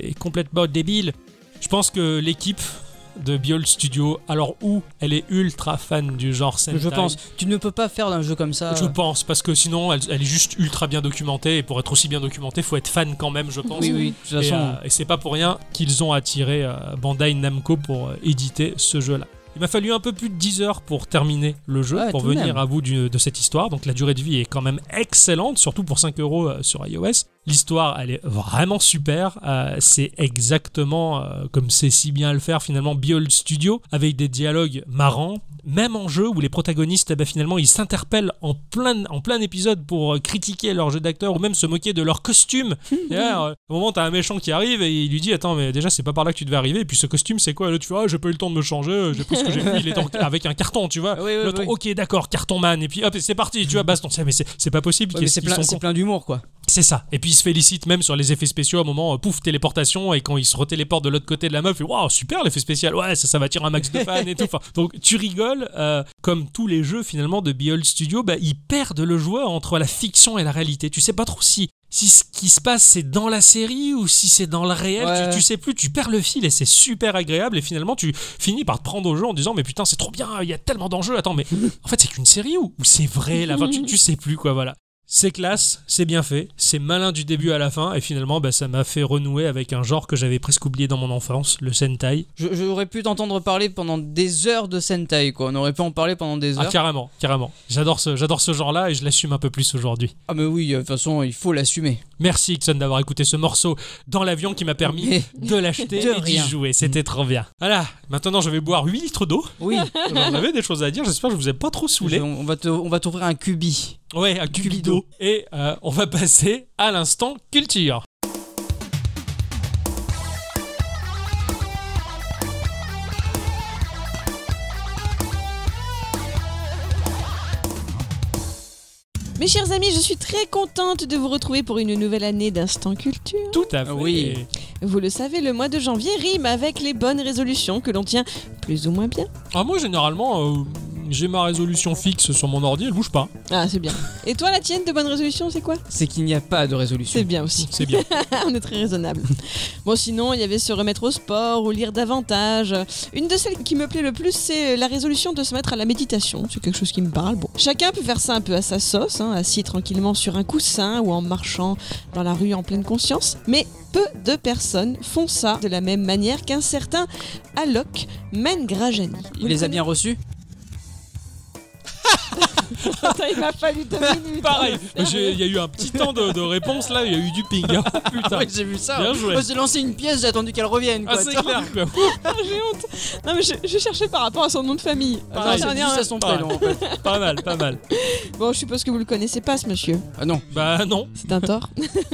A: et complètement débiles. Je pense que l'équipe de Biol Studio, alors où elle est ultra fan du genre Sentai.
C: Je pense. Tu ne peux pas faire d'un jeu comme ça.
A: Je pense, parce que sinon elle, elle est juste ultra bien documentée, et pour être aussi bien documentée, faut être fan quand même, je pense.
C: Oui, oui, de toute
A: Et,
C: façon.
A: euh, et c'est pas pour rien qu'ils ont attiré euh, Bandai Namco pour euh, éditer ce jeu-là. Il m'a fallu un peu plus de 10 heures pour terminer le jeu,
C: Ouais,
A: pour
C: tout de
A: venir
C: même.
A: à bout du- de cette histoire. Donc la durée de vie est quand même excellente, surtout pour 5 euros euh, sur iOS. L'histoire, elle est vraiment super. Euh, c'est exactement euh, comme c'est si bien à le faire finalement Biol Studio, avec des dialogues marrants, même en jeu où les protagonistes, eh ben, finalement, ils s'interpellent en plein, en plein épisode pour euh, critiquer leur jeu d'acteur ou même se moquer de leur costume. D'ailleurs, euh, au moment, t'as un méchant qui arrive et il lui dit Attends, mais déjà, c'est pas par là que tu devais arriver. Et puis ce costume, c'est quoi Et là, tu fais Ah, j'ai pas eu le temps de me changer. euh, J'ai pris ce que j'ai pris. Il est en- avec un carton, tu vois.
C: Oui, oui,
A: L'autre,
C: oui.
A: ok, d'accord, carton man. Et puis hop, et c'est parti, tu vois, baston. C'est- Mais c'est c'est pas possible.
C: Ouais, mais
A: qu'est-ce
C: c'est
A: qu'ils
C: plein,
A: sont
C: c'est
A: cons.
C: plein d'humour, quoi.
A: C'est ça. Et puis il se félicite même sur les effets spéciaux. À un moment, euh, pouf, téléportation. Et quand il se retéléporte de l'autre côté de la meuf, et waouh, super l'effet spécial. Ouais, ça, ça va tirer un max de fans et tout. Enfin, donc tu rigoles. euh, comme tous les jeux finalement de Behold Studio, bah, ils perdent le joueur entre la fiction et la réalité. Tu sais pas trop si. Si ce qui se passe c'est dans la série ou si c'est dans le réel,
C: Ouais.
A: tu, tu sais plus, tu perds le fil et c'est super agréable et finalement tu finis par te prendre au jeu en disant mais putain c'est trop bien, il y a tellement d'enjeux, attends mais en fait c'est qu'une série ou, ou c'est vrai là, Enfin, tu, tu sais plus quoi voilà. C'est classe, c'est bien fait, c'est malin du début à la fin, et finalement, bah, ça m'a fait renouer avec un genre que j'avais presque oublié dans mon enfance, le Sentai.
C: Je- J'aurais pu t'entendre parler pendant des heures de Sentai, quoi. On aurait pu en parler pendant des
A: Ah,
C: heures.
A: carrément, carrément. J'adore ce, j'adore ce genre-là et je l'assume un peu plus aujourd'hui.
C: Ah, mais oui, euh, de toute façon, il faut l'assumer.
A: Merci, Ixon, d'avoir écouté ce morceau dans l'avion qui m'a permis
C: Mais-
A: de l'acheter
C: De
A: et d'y
C: rien. Mm.
A: jouer. C'était trop bien. Voilà, maintenant je vais boire 8 litres d'eau.
C: Oui.
A: J'en avais des choses à dire, j'espère que je vous ai pas trop
C: Je-
A: saoulé.
C: on, on va te- on va t'ouvrir un cubi.
A: Ouais, à Cubido. Et euh, on va passer à l'instant culture.
B: Mes chers amis, je suis très contente de vous retrouver pour une nouvelle année d'Instant Culture.
A: Tout à fait.
C: Oui.
B: Vous le savez, le mois de janvier rime avec les bonnes résolutions que l'on tient plus ou moins bien.
A: Ah, moi, généralement, euh, j'ai ma résolution fixe sur mon ordi, elle bouge pas.
B: Ah, c'est bien. Et toi, la tienne de bonne résolution, c'est quoi
C: C'est qu'il n'y a pas de résolution.
B: C'est bien aussi.
A: C'est bien.
B: On est très raisonnable. Bon, sinon, il y avait se remettre au sport ou lire davantage. Une de celles qui me plaît le plus, c'est euh, la résolution de se mettre à la méditation. C'est quelque chose qui me parle. Bon, chacun peut faire ça un peu à sa sauce, hein, assis tranquillement sur un coussin ou en marchant dans la rue en pleine conscience. Mais peu de personnes font ça de la même manière qu'un certain Alok Mengrajani.
C: Il les a bien reçus
B: Attends, il m'a fallu deux minutes.
A: Pareil, j'ai- il y a eu un petit temps de, de réponse là, il y a eu du ping. Ah, putain.
C: j'ai vu ça.
A: Bien joué.
C: On s'est lancé une pièce, j'ai attendu qu'elle revienne.
A: Ah,
C: quoi.
A: c'est
C: Tiens.
A: clair quoi.
B: J'ai honte. Non, mais je, je cherchais par rapport à son nom de famille.
C: Ah,
A: Pareil,
C: c'est
B: J'en ai
C: juste
B: un.
C: à son
A: Pareil.
C: prénom, en fait.
A: Pas mal, pas mal.
B: Bon, je suppose que vous le connaissez pas, ce monsieur.
C: Ah non.
A: Bah non.
B: C'est un tort.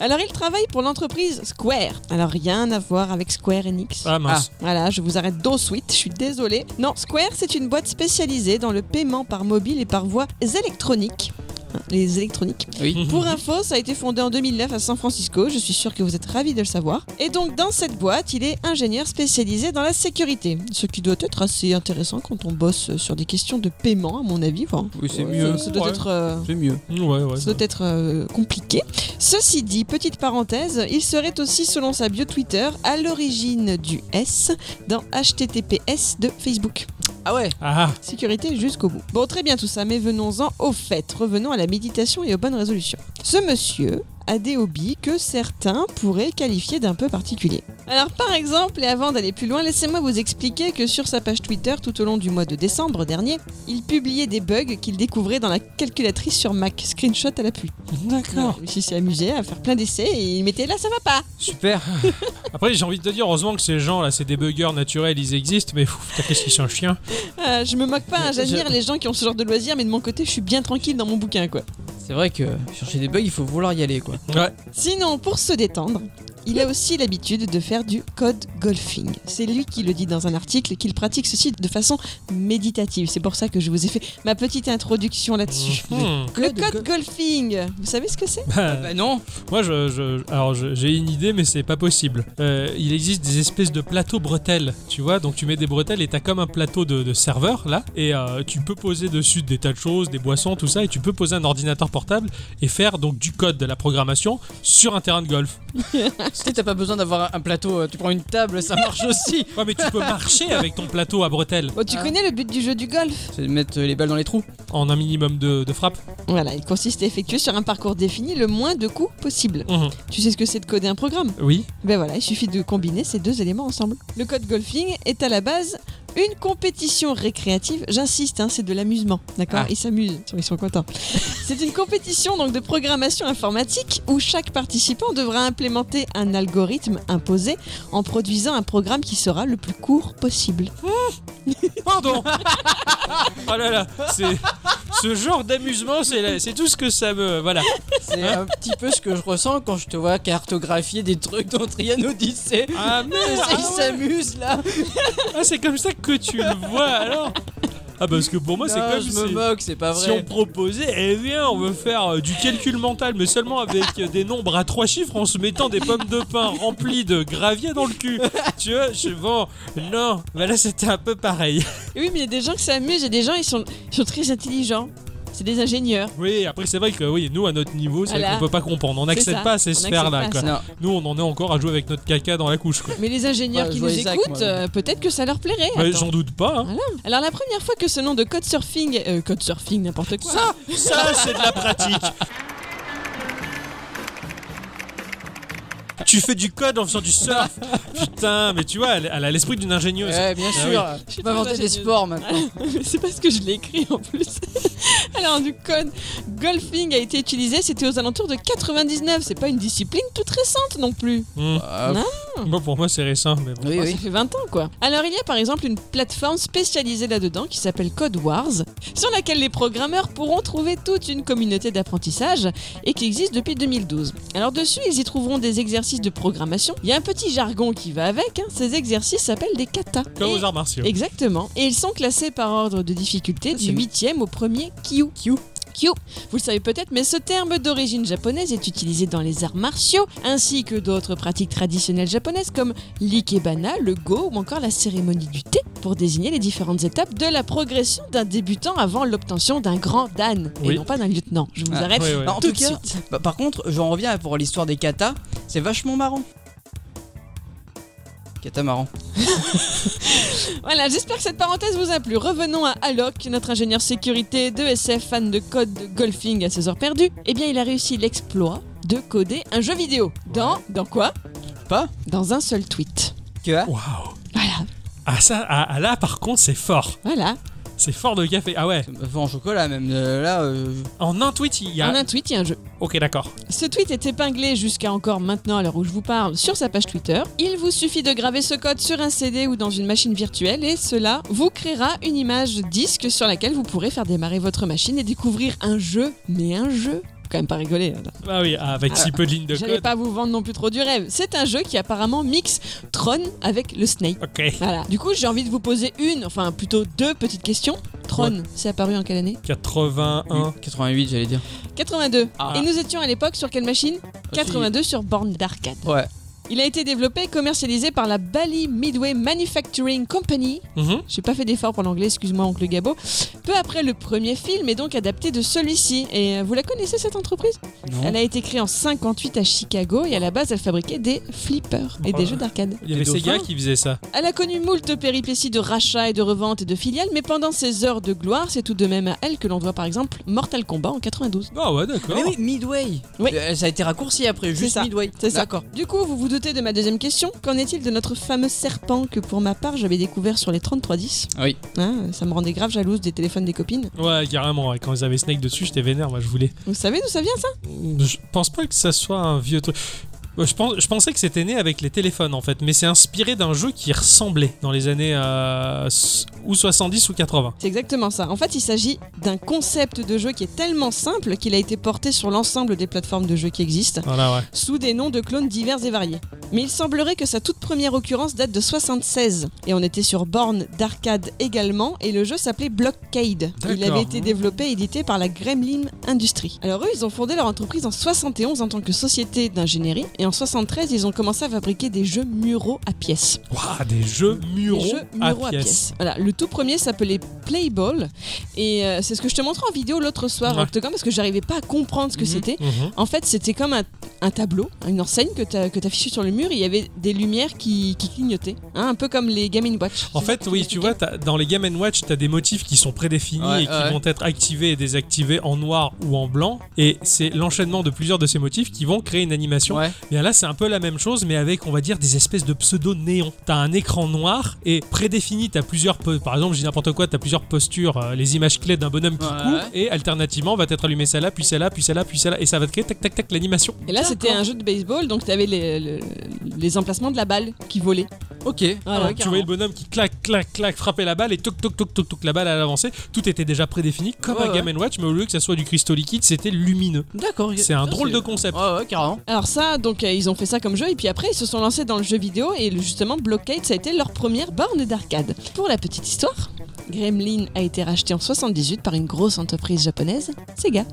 B: Alors, il travaille pour l'entreprise Square. Alors, rien à voir avec Square Enix.
A: Ah mince.
B: Voilà, je vous arrête d'eau suite, je suis désolée. Non, Square, c'est une boîte spécialisée dans le paiement par mobile et par voie électronique. Hein, Les électroniques.
C: Oui.
B: Pour info, ça a été fondé en 2009 à San Francisco, je suis sûre que vous êtes ravis de le savoir. Et donc dans cette boîte, il est ingénieur spécialisé dans la sécurité, ce qui doit être assez intéressant quand on bosse sur des questions de paiement à mon avis. Enfin,
C: Oui, c'est
B: euh,
C: mieux.
B: Ça, ça doit
A: Ouais.
B: être... euh,
C: C'est mieux.
A: Ouais, ouais.
B: ça doit être euh, compliqué. Ceci dit, petite parenthèse, il serait aussi, selon sa bio Twitter, à l'origine du S dans HTTPS de Facebook.
C: Ah ouais
A: Ah,
B: Sécurité jusqu'au bout. Bon, très bien tout ça, mais venons-en au fait. Revenons à la méditation et aux bonnes résolutions. Ce monsieur a des hobbies que certains pourraient qualifier d'un peu particuliers. Alors par exemple, et avant d'aller plus loin, laissez-moi vous expliquer que sur sa page Twitter tout au long du mois de décembre dernier, il publiait des bugs qu'il découvrait dans la calculatrice sur Mac, screenshot à l'appui.
A: d'accord.
B: Il s'est amusé à faire plein d'essais et il mettait là ça va pas.
C: Super
A: Après, j'ai envie de te dire, heureusement que ces gens là, ces débuggers naturels, ils existent, mais pff, putain, qu'est-ce qu'ils sont chiens.
B: Ah, je me moque pas, hein,
C: Mais
B: j'admire
C: je-
B: les gens qui ont ce genre de loisirs, mais de mon côté je suis bien tranquille dans mon bouquin quoi.
C: C'est vrai que chercher des bugs, il faut vouloir y aller quoi.
A: Ouais.
B: Sinon, pour se détendre, il a aussi l'habitude de faire du code golfing. C'est lui qui le dit dans un article qu'il pratique ceci de façon méditative. C'est pour ça que je vous ai fait ma petite introduction là-dessus.
A: Hmm.
B: Mhm. Le code golfing, vous savez ce que c'est
A: Bah,
C: Bah non
A: moi, je, je- alors, je- j'ai une idée, mais c'est pas possible. Euh, il existe des espèces de plateaux bretelles, tu vois. Donc, tu mets des bretelles et t'as comme un plateau de, de serveur là, et euh, tu peux poser dessus des tas de choses, des boissons, tout ça, et tu peux poser un ordinateur portable et faire donc du code, de la programmation sur un terrain de golf.
C: Tu sais, t'as pas besoin d'avoir un plateau, euh, tu prends une table, ça marche aussi
A: Ouais, mais tu peux marcher avec ton plateau à bretelles
B: Bon, tu
C: Ah.
B: connais le but du jeu du golf
C: C'est de mettre les balles dans les trous.
A: en un minimum de, de frappe.
B: Voilà, il consiste à effectuer sur un parcours défini le moins de coups possible.
A: Mhm.
B: Tu sais ce que c'est de coder un programme
A: Oui.
B: Ben voilà, il suffit de combiner ces deux éléments ensemble. Le code golfing est à la base une compétition récréative. J'insiste, hein, c'est de l'amusement, d'accord
C: Ah.
B: Ils s'amusent, ils sont contents. c'est une compétition donc de programmation informatique où chaque participant devra implémenter un algorithme imposé en produisant un programme qui sera le plus court possible.
A: Pardon Oh là là, c'est. Ce genre d'amusement, c'est la- c'est tout ce que ça me. Voilà.
C: C'est un petit peu ce que je ressens quand je te vois cartographier des trucs dans Trian Odyssey.
A: Ah merde
C: Ils s'amusent là
A: Ah, c'est comme ça que tu le vois alors Ah, parce que pour moi, c'est
C: Non,
A: comme
C: je
A: si-
C: me moque, c'est pas vrai.
A: Si on proposait, eh bien, on veut faire euh, du calcul mental, mais seulement avec euh, des nombres à trois chiffres en se mettant des pommes de pain remplies de gravier dans le cul. Tu vois, je bon, non, bah là c'était un peu pareil.
B: Et oui, mais il y a des gens qui s'amusent, il y a des gens, ils sont, ils sont très intelligents. C'est des ingénieurs.
A: Oui, après c'est vrai que oui, nous à notre niveau, c'est vrai
B: Voilà.
A: qu'on peut pas comprendre, on
B: C'est
A: n'accède
B: ça,
A: pas à ces
B: on
A: sphères-là.
B: n'accède pas
A: quoi.
B: à
C: Non,
A: Nous, on en est encore à jouer avec notre caca dans la couche. Quoi.
B: Mais les ingénieurs
C: Ouais, je
B: qui nous
C: vois Isaac,
B: écoutent,
C: moi.
B: euh, peut-être que ça leur plairait.
A: Ouais,
B: Attends.
A: J'en doute pas. hein.
B: Alors la première fois que ce nom de code surfing, euh, code surfing n'importe quoi,
A: Ça, ça c'est de la pratique. Tu fais du code en faisant du surf. Putain, mais tu vois, elle, elle a l'esprit d'une ingénieuse.
C: ouais, bien
A: Ah
C: sûr.
B: Je
C: Je
B: suis
C: vais
B: très
C: inventer des Ah.
B: ingénieuse.
C: sports maintenant.
B: c'est parce que je l'ai écrit en plus. Alors du code golfing a été utilisé, c'était aux alentours de 99, c'est pas une discipline toute récente non plus.
A: Hmm.
C: Ah,
B: Non.
A: Bon, pour moi, c'est récent, mais bon.
C: Oui,
B: Bon,
C: oui.
B: Ça fait 20 ans quoi. Alors il y a par exemple une plateforme spécialisée là-dedans qui s'appelle Code Wars, sur laquelle les programmeurs pourront trouver toute une communauté d'apprentissage et qui existe depuis 2012. Alors dessus, ils y trouveront des exercices de programmation. Il y a un petit jargon qui va avec, hein. ces exercices s'appellent des katas.
A: Comme
B: Et-
A: aux arts martiaux.
B: Exactement. Et ils sont classés par ordre de difficulté du
C: C'est-
B: huitième au premier Kyu. Kyu. Kyu. Vous le savez peut-être, mais ce terme d'origine japonaise est utilisé dans les arts martiaux ainsi que d'autres pratiques traditionnelles japonaises comme l'ikebana, le go ou encore la cérémonie du thé pour désigner les différentes étapes de la progression d'un débutant avant l'obtention d'un grand dan
A: Oui.
B: et non pas d'un lieutenant. Je vous
C: Ah,
B: arrête
A: ouais, ouais.
C: Non, en
B: tout
C: tout
B: de
C: cas,
B: suite.
C: Bah, par contre, j'en reviens pour l'histoire des katas. C'est vachement marrant. Kata marrant.
B: Voilà, j'espère que cette parenthèse vous a plu. Revenons à Alok, notre ingénieur sécurité de SF, fan de code de golfing à ses heures perdues. Eh bien, il a réussi l'exploit de coder un jeu vidéo. Dans, dans quoi
C: Pas
B: Dans un seul tweet.
C: Que ah,
A: Waouh.
B: Voilà,
A: Ah, ça, ah, ah, là, par contre, c'est fort.
B: voilà.
A: C'est fort de café. Ah ouais.
C: ça me fait en chocolat même. euh, là, euh,
A: En un tweet, il y
C: Ah
A: a.
B: En un tweet, il y a un jeu.
A: Ok, d'accord.
B: Ce tweet est épinglé jusqu'à encore maintenant, à l'heure où je vous parle, sur sa page Twitter. Il vous suffit de graver ce code sur un CD ou dans une machine virtuelle et cela vous créera une image disque sur laquelle vous pourrez faire démarrer votre machine et découvrir un jeu, mais un jeu. Faut Quand même pas rigoler. là.
A: Ah oui, ah, avec si peu de lignes de
B: J'allais
A: code.
B: pas vous vendre non plus trop du rêve. C'est un jeu qui apparemment mixe Tron avec le Snake.
A: Ok.
B: Voilà. Du coup, j'ai envie de vous poser une, enfin plutôt deux petites questions. Tron, c'est apparu en quelle année
A: 81.
C: 88, j'allais dire.
B: 82.
A: Ah.
B: Et nous étions à l'époque sur quelle machine 82 sur borne d'arcade.
C: Ouais.
B: Il a été développé et commercialisé par la Bally Midway Manufacturing Company.
A: Mhm.
B: J'ai pas fait d'effort pour l'anglais, excuse-moi, oncle Gabo. Peu après le premier film est donc adapté de celui-ci. Et euh, vous la connaissez cette entreprise
C: Non.
B: Elle a été créée en 58 à Chicago et à la base elle fabriquait des flippers et
A: Oh.
B: des jeux d'arcade.
A: Il y avait
C: Des
A: ces gars
C: dauphins
A: qui faisaient ça.
B: Elle a connu moult péripéties de rachat et de revente et de filiales, mais pendant ses heures de gloire, c'est tout de même à elle que l'on doit par exemple Mortal Kombat en 92.
A: Ah ouais, d'accord.
C: Mais oui, Midway.
B: Oui.
C: Euh, ça a été raccourci après, juste
B: ça,
C: Midway.
B: c'est ça.
C: D'accord.
B: Du coup, vous vous doutez de ma deuxième question. Qu'en est-il de notre fameux serpent que pour ma part j'avais découvert sur les 3310
C: Oui.
B: Hein, Ça me rendait grave jalouse des téléphones des copines.
A: Ouais, carrément. Et quand ils avaient Snake dessus, j'étais vénère. Moi, je voulais.
B: Vous savez d'où ça vient ça
A: Je pense pas que ça soit un vieux truc. Euh, Je, pense, je pensais que c'était né avec les téléphones en fait, mais c'est inspiré d'un jeu qui ressemblait dans les années euh, s- ou 70 ou 80.
B: C'est exactement ça. En fait, il s'agit d'un concept de jeu qui est tellement simple qu'il a été porté sur l'ensemble des plateformes de jeux qui existent.
A: Voilà, ouais.
B: sous des noms de clones divers et variés. Mais il semblerait que sa toute première occurrence date de 76, et on était sur borne d'arcade également, et le jeu s'appelait Blockade. Il
A: D'accord.
B: avait été développé et édité par la Gremlin Industries. Alors eux, ils ont fondé leur entreprise en 71 en tant que société d'ingénierie, et en 73, ils ont commencé à fabriquer des jeux muraux à pièces.
A: Ouah, des jeux muraux,
B: Des jeux
A: à,
B: muraux
A: pièces.
B: Voilà, le tout premier s'appelait Playball, et euh, c'est ce que je te montrais en vidéo l'autre soir,
A: Ouais.
B: Octogone, parce que j'arrivais pas à comprendre ce que
C: Mhm.
B: c'était.
A: Mhm.
B: En fait, c'était comme un, un tableau, une enseigne que t'as- que t'affichais sur le mur. et Il y avait des lumières qui, qui clignotaient, hein, un peu comme les Game Watch.
A: En fait, oui, tu vois, t'as- dans les Game Watch, t'as des motifs qui sont prédéfinis
C: Ouais,
A: et qui
C: ouais.
A: vont être activés et désactivés en noir ou en blanc. Et c'est l'enchaînement de plusieurs de ces motifs qui vont créer une animation.
C: Ouais.
A: Bien là, c'est un peu la même chose, mais avec, on va dire, des espèces de pseudo-néons. T'as un écran noir et prédéfini, t'as plusieurs. po- Par exemple, je dis n'importe quoi, t'as plusieurs postures, euh, les images clés d'un bonhomme qui
C: Ouais.
A: court, et alternativement, va être allumé celle-là, puis celle-là, puis celle-là, puis celle-là, et ça va te créer tac tac tac l'animation.
B: Et là, c'était un jeu de baseball, donc t'avais les, le- les emplacements de la balle qui volaient.
C: Ok.
B: Voilà.
C: Ah ouais,
A: Tu voyais le bonhomme qui clac, clac, clac, frappait la balle et toc, toc, toc, toc, toc, la balle à l'avancée. Tout était déjà prédéfini comme
C: Ouais,
A: un Game Watch, mais au lieu que ça soit du cristaux liquide, c'était lumineux.
C: D'accord.
A: C'est un
C: Ça,
A: drôle de concept.
C: Ouais, ouais, carrément.
B: Alors ça, donc euh, ils ont fait ça comme jeu, et puis après ils se sont lancés dans le jeu vidéo, et le- justement Blockade, ça a été leur première borne d'arcade. Pour la petite histoire, Gremlin a été racheté en 78 par une grosse entreprise japonaise, Sega.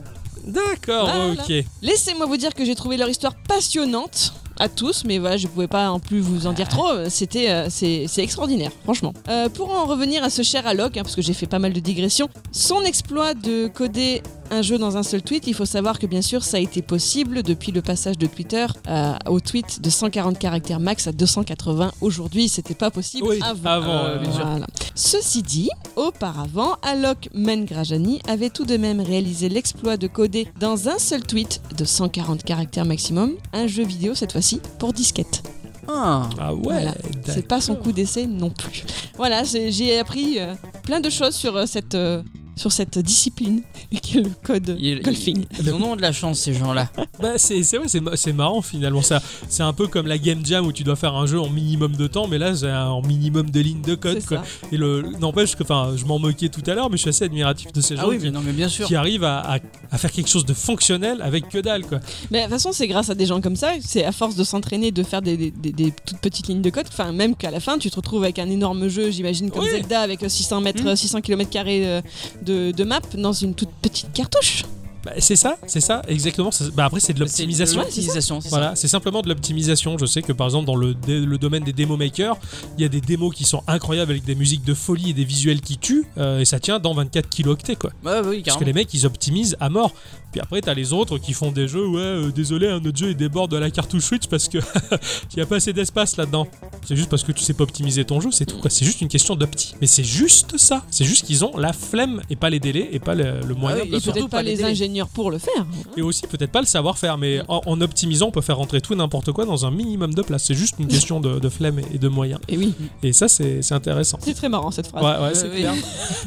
A: D'accord,
B: Voilà.
A: ok.
B: Laissez-moi vous dire que j'ai trouvé leur histoire passionnante à tous, mais voilà, je pouvais pas en plus vous en dire trop. euh, C'était, euh, c'est c'est extraordinaire, franchement. Euh, pour en revenir à ce cher Alok, hein, parce que j'ai fait pas mal de digressions, son exploit de coder un jeu dans un seul tweet, il faut savoir que bien sûr ça a été possible depuis le passage de Twitter euh, au tweet de 140 caractères max à 280 aujourd'hui, c'était pas possible
A: Oui,
B: avant.
A: avant,
C: Euh,
A: euh, bien sûr.
B: Voilà. Ceci dit, auparavant, Alok Mengrajani avait tout de même réalisé l'exploit de coder dans un seul tweet de 140 caractères maximum un jeu vidéo cette fois-ci pour disquette.
C: Ah.
A: Ah ouais,
B: Voilà.
A: d'accord.
B: C'est pas son coup d'essai non plus. Voilà, j'ai j'ai appris euh, plein de choses sur euh, cette euh, sur cette discipline qui est le code
C: Il-
B: golfing.
C: Ils en ont de la chance ces gens-là.
A: Bah, c'est c'est ouais, c'est ma- c'est marrant finalement. ça. C'est un peu comme la game jam où tu dois faire un jeu en minimum de temps, mais là c'est un- en minimum de lignes de code.
B: C'est
A: quoi. Et le n'empêche que, enfin, je m'en moquais tout à l'heure, mais je suis assez admiratif de ces
C: Ah
A: gens
C: oui,
A: qui,
C: mais non, mais bien sûr.
A: qui arrivent à, à- à faire quelque chose de fonctionnel avec que dalle. Quoi.
B: Mais de toute façon, c'est grâce à des gens comme ça, c'est à force de s'entraîner, de faire des, des- des- des toutes petites lignes de code, enfin même qu'à la fin, tu te retrouves avec un énorme jeu, j'imagine comme
A: Oui. Hmm.
B: Zelda avec euh, 600 mètres, euh, 600 km carrés de, de map dans une toute petite cartouche.
A: Bah, c'est ça, c'est ça, exactement. ça- Bah, après, c'est de l'optimisation.
C: C'est de L'optimisation, c'est ça.
A: Voilà, c'est simplement de l'optimisation. Je sais que par exemple dans le, dé- le domaine des démo makers, il y a des démos qui sont incroyables avec des musiques de folie et des visuels qui tuent, euh, et ça tient dans 24 kilooctets quoi.
C: Ouais, ouais, oui,
A: Parce que
C: carrément.
A: les mecs ils optimisent à mort. Puis après t'as les autres qui font des jeux, ouais, euh, désolé, un autre jeu il déborde de la cartouche Switch parce que il y a pas assez d'espace là-dedans. C'est juste parce que tu sais pas optimiser ton jeu, c'est tout quoi. C'est juste une question d'opti. Mais c'est juste ça. C'est juste qu'ils ont la flemme et pas les délais et pas le, le moyen.
C: Ah oui,
A: de
B: Et
A: le faire.
C: surtout
B: peut-être pas,
C: pas les
B: les
C: délais.
B: ingénieurs pour le faire.
A: Et aussi peut-être pas le savoir-faire, mais en, en optimisant, on peut faire rentrer tout et n'importe quoi dans un minimum de place. C'est juste une question de, de flemme et de moyens.
B: Et oui,
A: Et ça, c'est c'est intéressant.
B: c'est très marrant cette phrase.
A: Ouais, ouais, c'est
C: Euh, oui.
A: clair.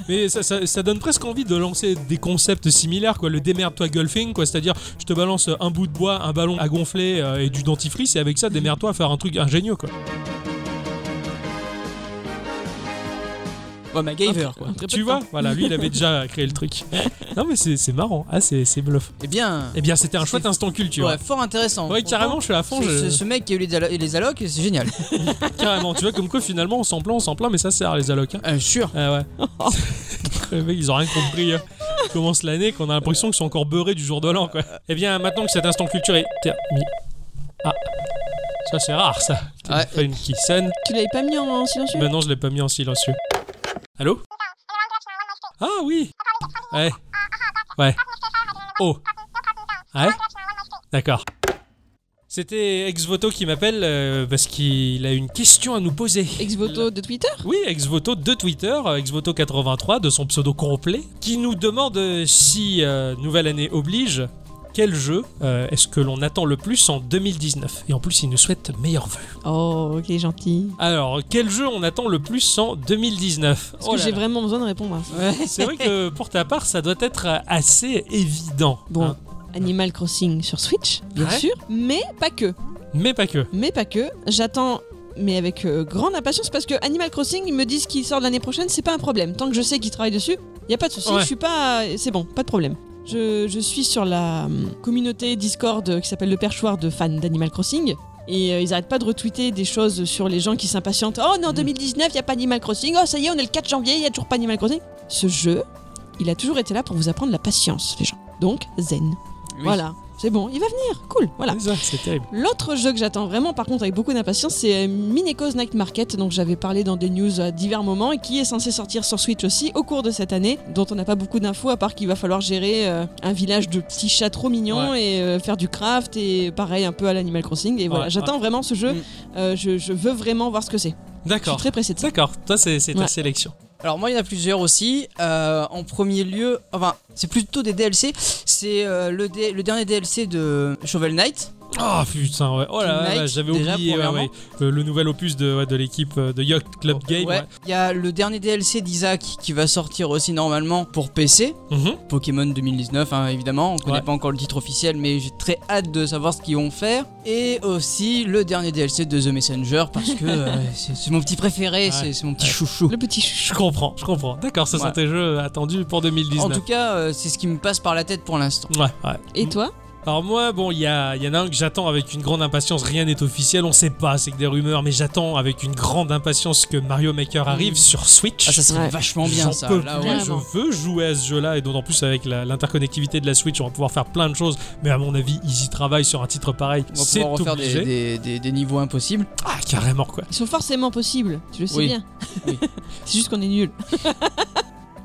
A: Mais ça, ça- ça donne presque envie de lancer des concepts similaires, quoi. Le démerde-toi golfing, quoi. C'est-à-dire, je te balance un bout de bois, un ballon à gonfler euh, et du dentifrice, et avec ça, démerde-toi à faire un truc ingénieux, quoi.
C: Ouais, MacGyver, quoi.
B: Un très peu
A: Tu
B: de
A: vois
B: temps.
A: Voilà, lui, il avait déjà créé le truc. Non, mais c'est c'est marrant. Ah, c'est c'est bluff.
C: Eh bien.
A: Eh bien, c'était un chouette
C: C'est-
A: instant culture.
C: Ouais, fort intéressant.
A: Ouais, carrément, je suis à fond.
C: Ce,
A: je-
C: ce- ce mec qui a eu les, allo- les allocs, c'est génial.
A: Carrément, tu vois, comme quoi finalement on s'en plaint, on s'en plaint, mais ça sert les allocs. hein.
C: Euh, sûr.
A: Ah ouais. Les mecs, ils ont rien compris. hein. On Commence l'année, qu'on a l'impression qu'ils sont encore beurrés du jour de l'an, quoi. Eh bien, maintenant que cet instant culture est terminé. Ah, Ça, c'est rare, ça.
C: Ouais.
A: Fait une qui sonne.
B: Tu l'avais pas mis en silencieux
A: Maintenant, je l'ai pas mis en silencieux. Allô Ah oui Ouais. Ouais. Oh. Ah Ouais D'accord. C'était Exvoto qui m'appelle euh, parce qu'il a une question à nous poser.
B: Ex-voto de Twitter
A: Oui, Exvoto de Twitter, euh, Exvoto83 de son pseudo complet, qui nous demande euh, si euh, nouvelle année oblige, quel jeu euh, est-ce que l'on attend le plus en 2019 Et en plus, il nous souhaite meilleurs vœux.
B: Oh, ok, gentil.
A: Alors, quel jeu on attend le plus en 2019
B: Parce
A: Oh
B: que
A: là
B: j'ai
A: là.
B: vraiment besoin de répondre à ça.
A: C'est vrai que pour ta part, ça doit être euh, assez évident.
B: Bon,
A: hein.
B: Animal Crossing sur Switch, bien
A: Ouais.
B: sûr, mais pas que.
A: Mais pas que.
B: Mais pas que. J'attends, mais avec euh, grande impatience, parce que Animal Crossing, ils me disent qu'il sort l'année prochaine, c'est pas un problème. Tant que je sais qu'ils travaillent dessus, y a pas de souci.
A: Ouais.
B: Je suis pas, c'est bon, pas de problème. Je, je suis sur la hum, communauté Discord euh, qui s'appelle le perchoir de fans d'Animal Crossing. Et euh, ils arrêtent pas de retweeter des choses sur les gens qui s'impatientent. Oh non, 2019, y a pas Animal Crossing. Oh ça y est, on est le 4 janvier, y a toujours pas Animal Crossing. Ce jeu, il a toujours été là pour vous apprendre la patience, les gens. Donc, zen.
C: Oui.
B: Voilà, c'est bon, il va venir. Cool, voilà.
A: C'est ça, C'est terrible.
B: L'autre jeu que j'attends vraiment, par contre, avec beaucoup d'impatience, c'est euh, Mineco's Night Market, dont j'avais parlé dans des news à divers moments, et qui est censé sortir sur Switch aussi au cours de cette année, dont on n'a pas beaucoup d'infos, à part qu'il va falloir gérer euh, un village de petits chats trop mignons et euh, faire du craft, et pareil, un peu à l'Animal Crossing. Et voilà,
A: Ouais,
B: j'attends vraiment ce jeu,
C: Mm.
B: Euh, je, je veux vraiment voir ce que c'est. Je suis
A: D'accord.
B: très pressée de ça.
A: D'accord. Toi, c'est c'est ta
B: Ouais.
A: sélection.
C: Alors moi il y en a plusieurs aussi. Euh, en premier lieu, enfin c'est plutôt des DLC. C'est euh, le, dé- le dernier DLC de Shovel Knight.
A: Oh putain, ouais. Oh là là,
C: Knight,
A: là, j'avais
C: déjà,
A: oublié ouais,
C: premièrement.
A: ouais. Euh, le nouvel opus de, ouais, de l'équipe euh, de Yacht Club Game.
C: Ouais. Il y a le dernier DLC d'Isaac qui va sortir aussi normalement pour PC.
A: ouais. Mhm.
C: Pokémon 2019 hein, évidemment. On connaît
A: Ouais.
C: pas encore le titre officiel mais j'ai très hâte de savoir ce qu'ils vont faire. Et aussi le dernier DLC de The Messenger parce que euh, c'est c'est mon petit préféré,
A: Ouais.
C: c'est c'est mon petit
A: Ouais.
C: chouchou.
B: Le petit
A: Je
B: chou.
A: comprends, je comprends. D'accord, ce sont
C: Ouais.
A: tes jeux attendus pour
C: En
A: 2019.
C: tout cas euh, c'est ce qui me passe par la tête pour l'instant.
A: Ouais, ouais.
B: Et toi
A: Alors moi, bon, il y, a- il y en a un que j'attends avec une grande impatience. Rien n'est officiel, on sait pas, c'est que des rumeurs, mais j'attends avec une grande impatience que Mario Maker arrive
C: Mm.
A: sur Switch.
C: Ah ça serait
B: Ouais.
C: vachement bien
A: J'en
C: ça.
A: peux
C: Là,
A: plus,
C: ouais.
A: je
B: Vraiment.
A: veux jouer à ce jeu-là et d'autant plus avec la- l'interconnectivité de la Switch, on va pouvoir faire plein de choses. Mais à mon avis, ils y travaillent sur un titre pareil.
C: On va
A: C'est
C: pouvoir refaire
A: obligé.
C: des, des- des- des niveaux impossibles.
A: Ah carrément quoi.
B: Ils sont forcément possibles, tu le sais
C: Oui.
B: bien.
C: Oui.
B: c'est juste qu'on est nuls.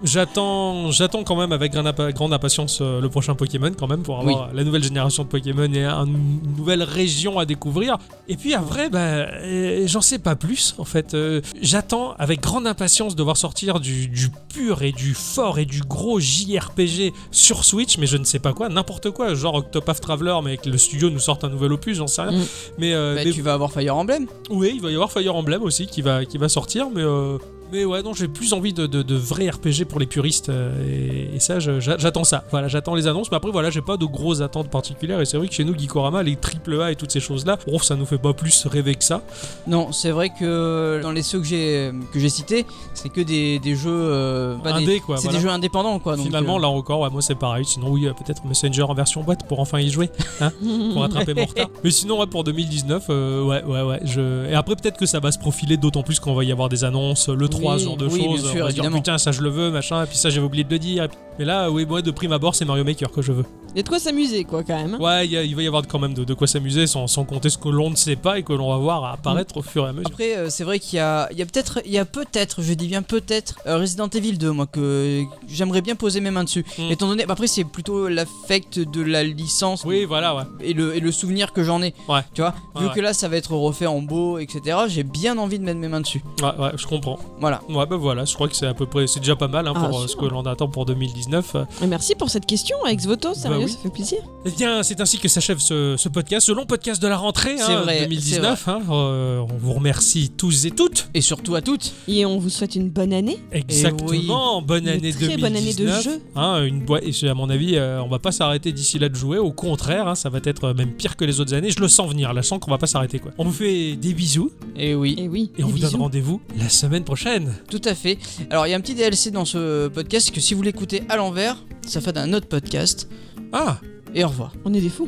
A: J'attends, j'attends quand même avec grande impa- grande impatience euh, le prochain Pokémon quand même pour avoir la nouvelle génération de Pokémon et un- une nouvelle région à découvrir. Et puis après, bah, euh, j'en sais pas plus en fait. Euh, j'attends avec grande impatience de voir sortir du, du pur et du fort et du gros JRPG sur Switch, mais je ne sais pas quoi, n'importe quoi, genre Octopath Traveler, mais que le studio nous sorte un nouvel opus, j'en sais rien.
B: Mm.
A: Mais, euh,
C: Bah,
A: mais
C: tu vas avoir Fire Emblem.
A: oui, il va y avoir Fire Emblem aussi qui va, qui va sortir, mais, euh, mais ouais, non, j'ai plus envie de, de, de vrais RPG pour les puristes, euh, et, et ça, je- j'a- j'attends ça. Voilà, j'attends les annonces, mais après, voilà, j'ai pas de grosses attentes particulières, et c'est vrai que chez nous, Geekorama, les AAA et toutes ces choses-là, bon, ça nous fait pas plus rêver que ça.
C: Non, c'est vrai que dans les ceux que j'ai que j'ai cités, c'est que des, des jeux euh, pas des-
A: Indé, quoi,
C: C'est
A: voilà.
C: des jeux indépendants quoi. donc,
A: Finalement,
C: euh,
A: là encore, ouais, moi c'est pareil. Sinon, oui, euh, peut-être Messenger en version boîte pour enfin y jouer, hein, pour attraper mon retard. Mais sinon, ouais, pour 2019, euh, ouais, ouais, ouais. Je... Et après, peut-être que ça va se profiler, d'autant plus qu'on va y avoir des annonces, le 3, ce genre de
C: oui, bien
A: choses.
C: sûr,
A: on va se dire,
C: évidemment.
A: putain, ça je le veux, machin, et puis ça j'avais oublié de le dire. Et puis- Mais là, oui, moi de prime abord, c'est Mario Maker que je
C: Hein
A: veux.
B: Il y a de quoi s'amuser, quoi, quand même. hein.
A: Ouais, il y a- il va y avoir quand même de, de quoi s'amuser, sans, sans compter ce que l'on ne sait pas et que l'on va voir
C: Mm.
A: apparaître au fur et à mesure.
C: Après, euh, c'est vrai qu'il y a, il y a peut-être, il y a peut-être, je dis bien peut-être, euh, Resident Evil 2, moi que j'aimerais bien poser mes mains dessus.
A: Mm.
C: Étant donné, bah, après c'est plutôt l'affect de la licence
A: Oui, voilà, ouais.
C: et, le, et le souvenir que j'en ai.
A: Ouais.
C: Tu vois,
A: Ouais,
C: vu
A: ouais.
C: que là ça va être refait en beau, etc. J'ai bien envie de mettre mes mains dessus.
A: Ouais, ouais, je comprends.
C: Voilà.
A: Ouais, bah voilà, je crois que c'est à peu près, c'est déjà pas mal hein,
B: Ah,
A: pour euh,
B: sûr.
A: ce que l'on attend pour 2019.
B: Et merci pour cette question, Ex-Voto, sérieux,
A: Bah oui.
B: ça fait plaisir.
A: Eh bien, c'est ainsi que s'achève ce, ce podcast, ce long podcast de la rentrée
C: C'est
A: hein,
C: vrai,
A: 2019. hein. Euh, on vous remercie tous et toutes.
C: Et surtout à toutes.
B: Et on vous souhaite une bonne année.
A: Exactement. Bonne
B: Eh Une
A: année
B: très
A: 2019.
B: bonne année de jeu.
A: Hein, une boi- et c'est à mon avis, euh, on va pas s'arrêter d'ici là de jouer. Au contraire, hein, ça va être même pire que les autres années. Je le sens venir. Là, je sens qu'on va pas s'arrêter. quoi. On vous fait des bisous
C: Et oui.
B: Et oui,
A: et on
B: des
A: vous
B: bisous.
A: donne rendez-vous la semaine prochaine.
C: Tout à fait. Alors il y a un petit DLC dans ce podcast que si vous l'écoutez à l'envers, ça fait d'un autre podcast.
A: Ah,
C: Et au revoir.
B: On est des fous.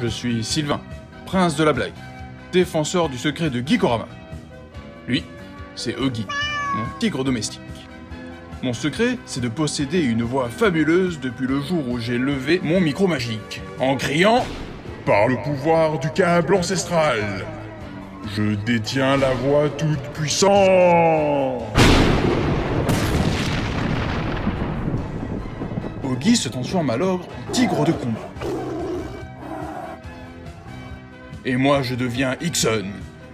H: Je je suis Sylvain, prince de la blague, défenseur du secret de Gikorama. Lui, c'est Oggy, mon tigre domestique. Mon secret, c'est de posséder une voix fabuleuse depuis le jour où j'ai levé mon micro magique, en criant
I: Par le pouvoir du câble ancestral, je détiens la voix toute puissante.
H: Oggy se transforme alors en tigre de combat. Et moi, je deviens Ixon,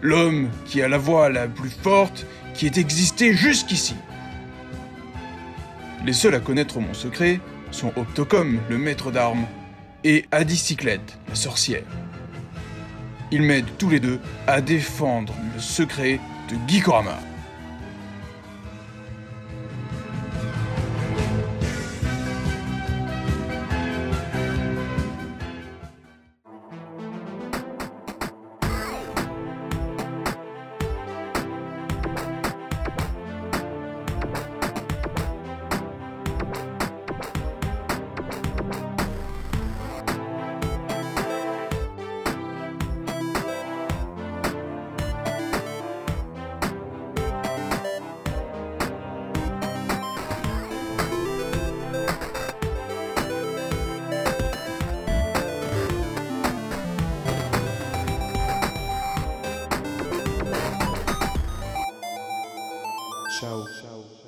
H: l'homme qui a la voix la plus forte qui ait existé jusqu'ici. Les seuls à connaître mon secret sont Optocom, le maître d'armes, et Adicyclette, la sorcière. Ils m'aident tous les deux à défendre le secret de Gikorama. Ciao.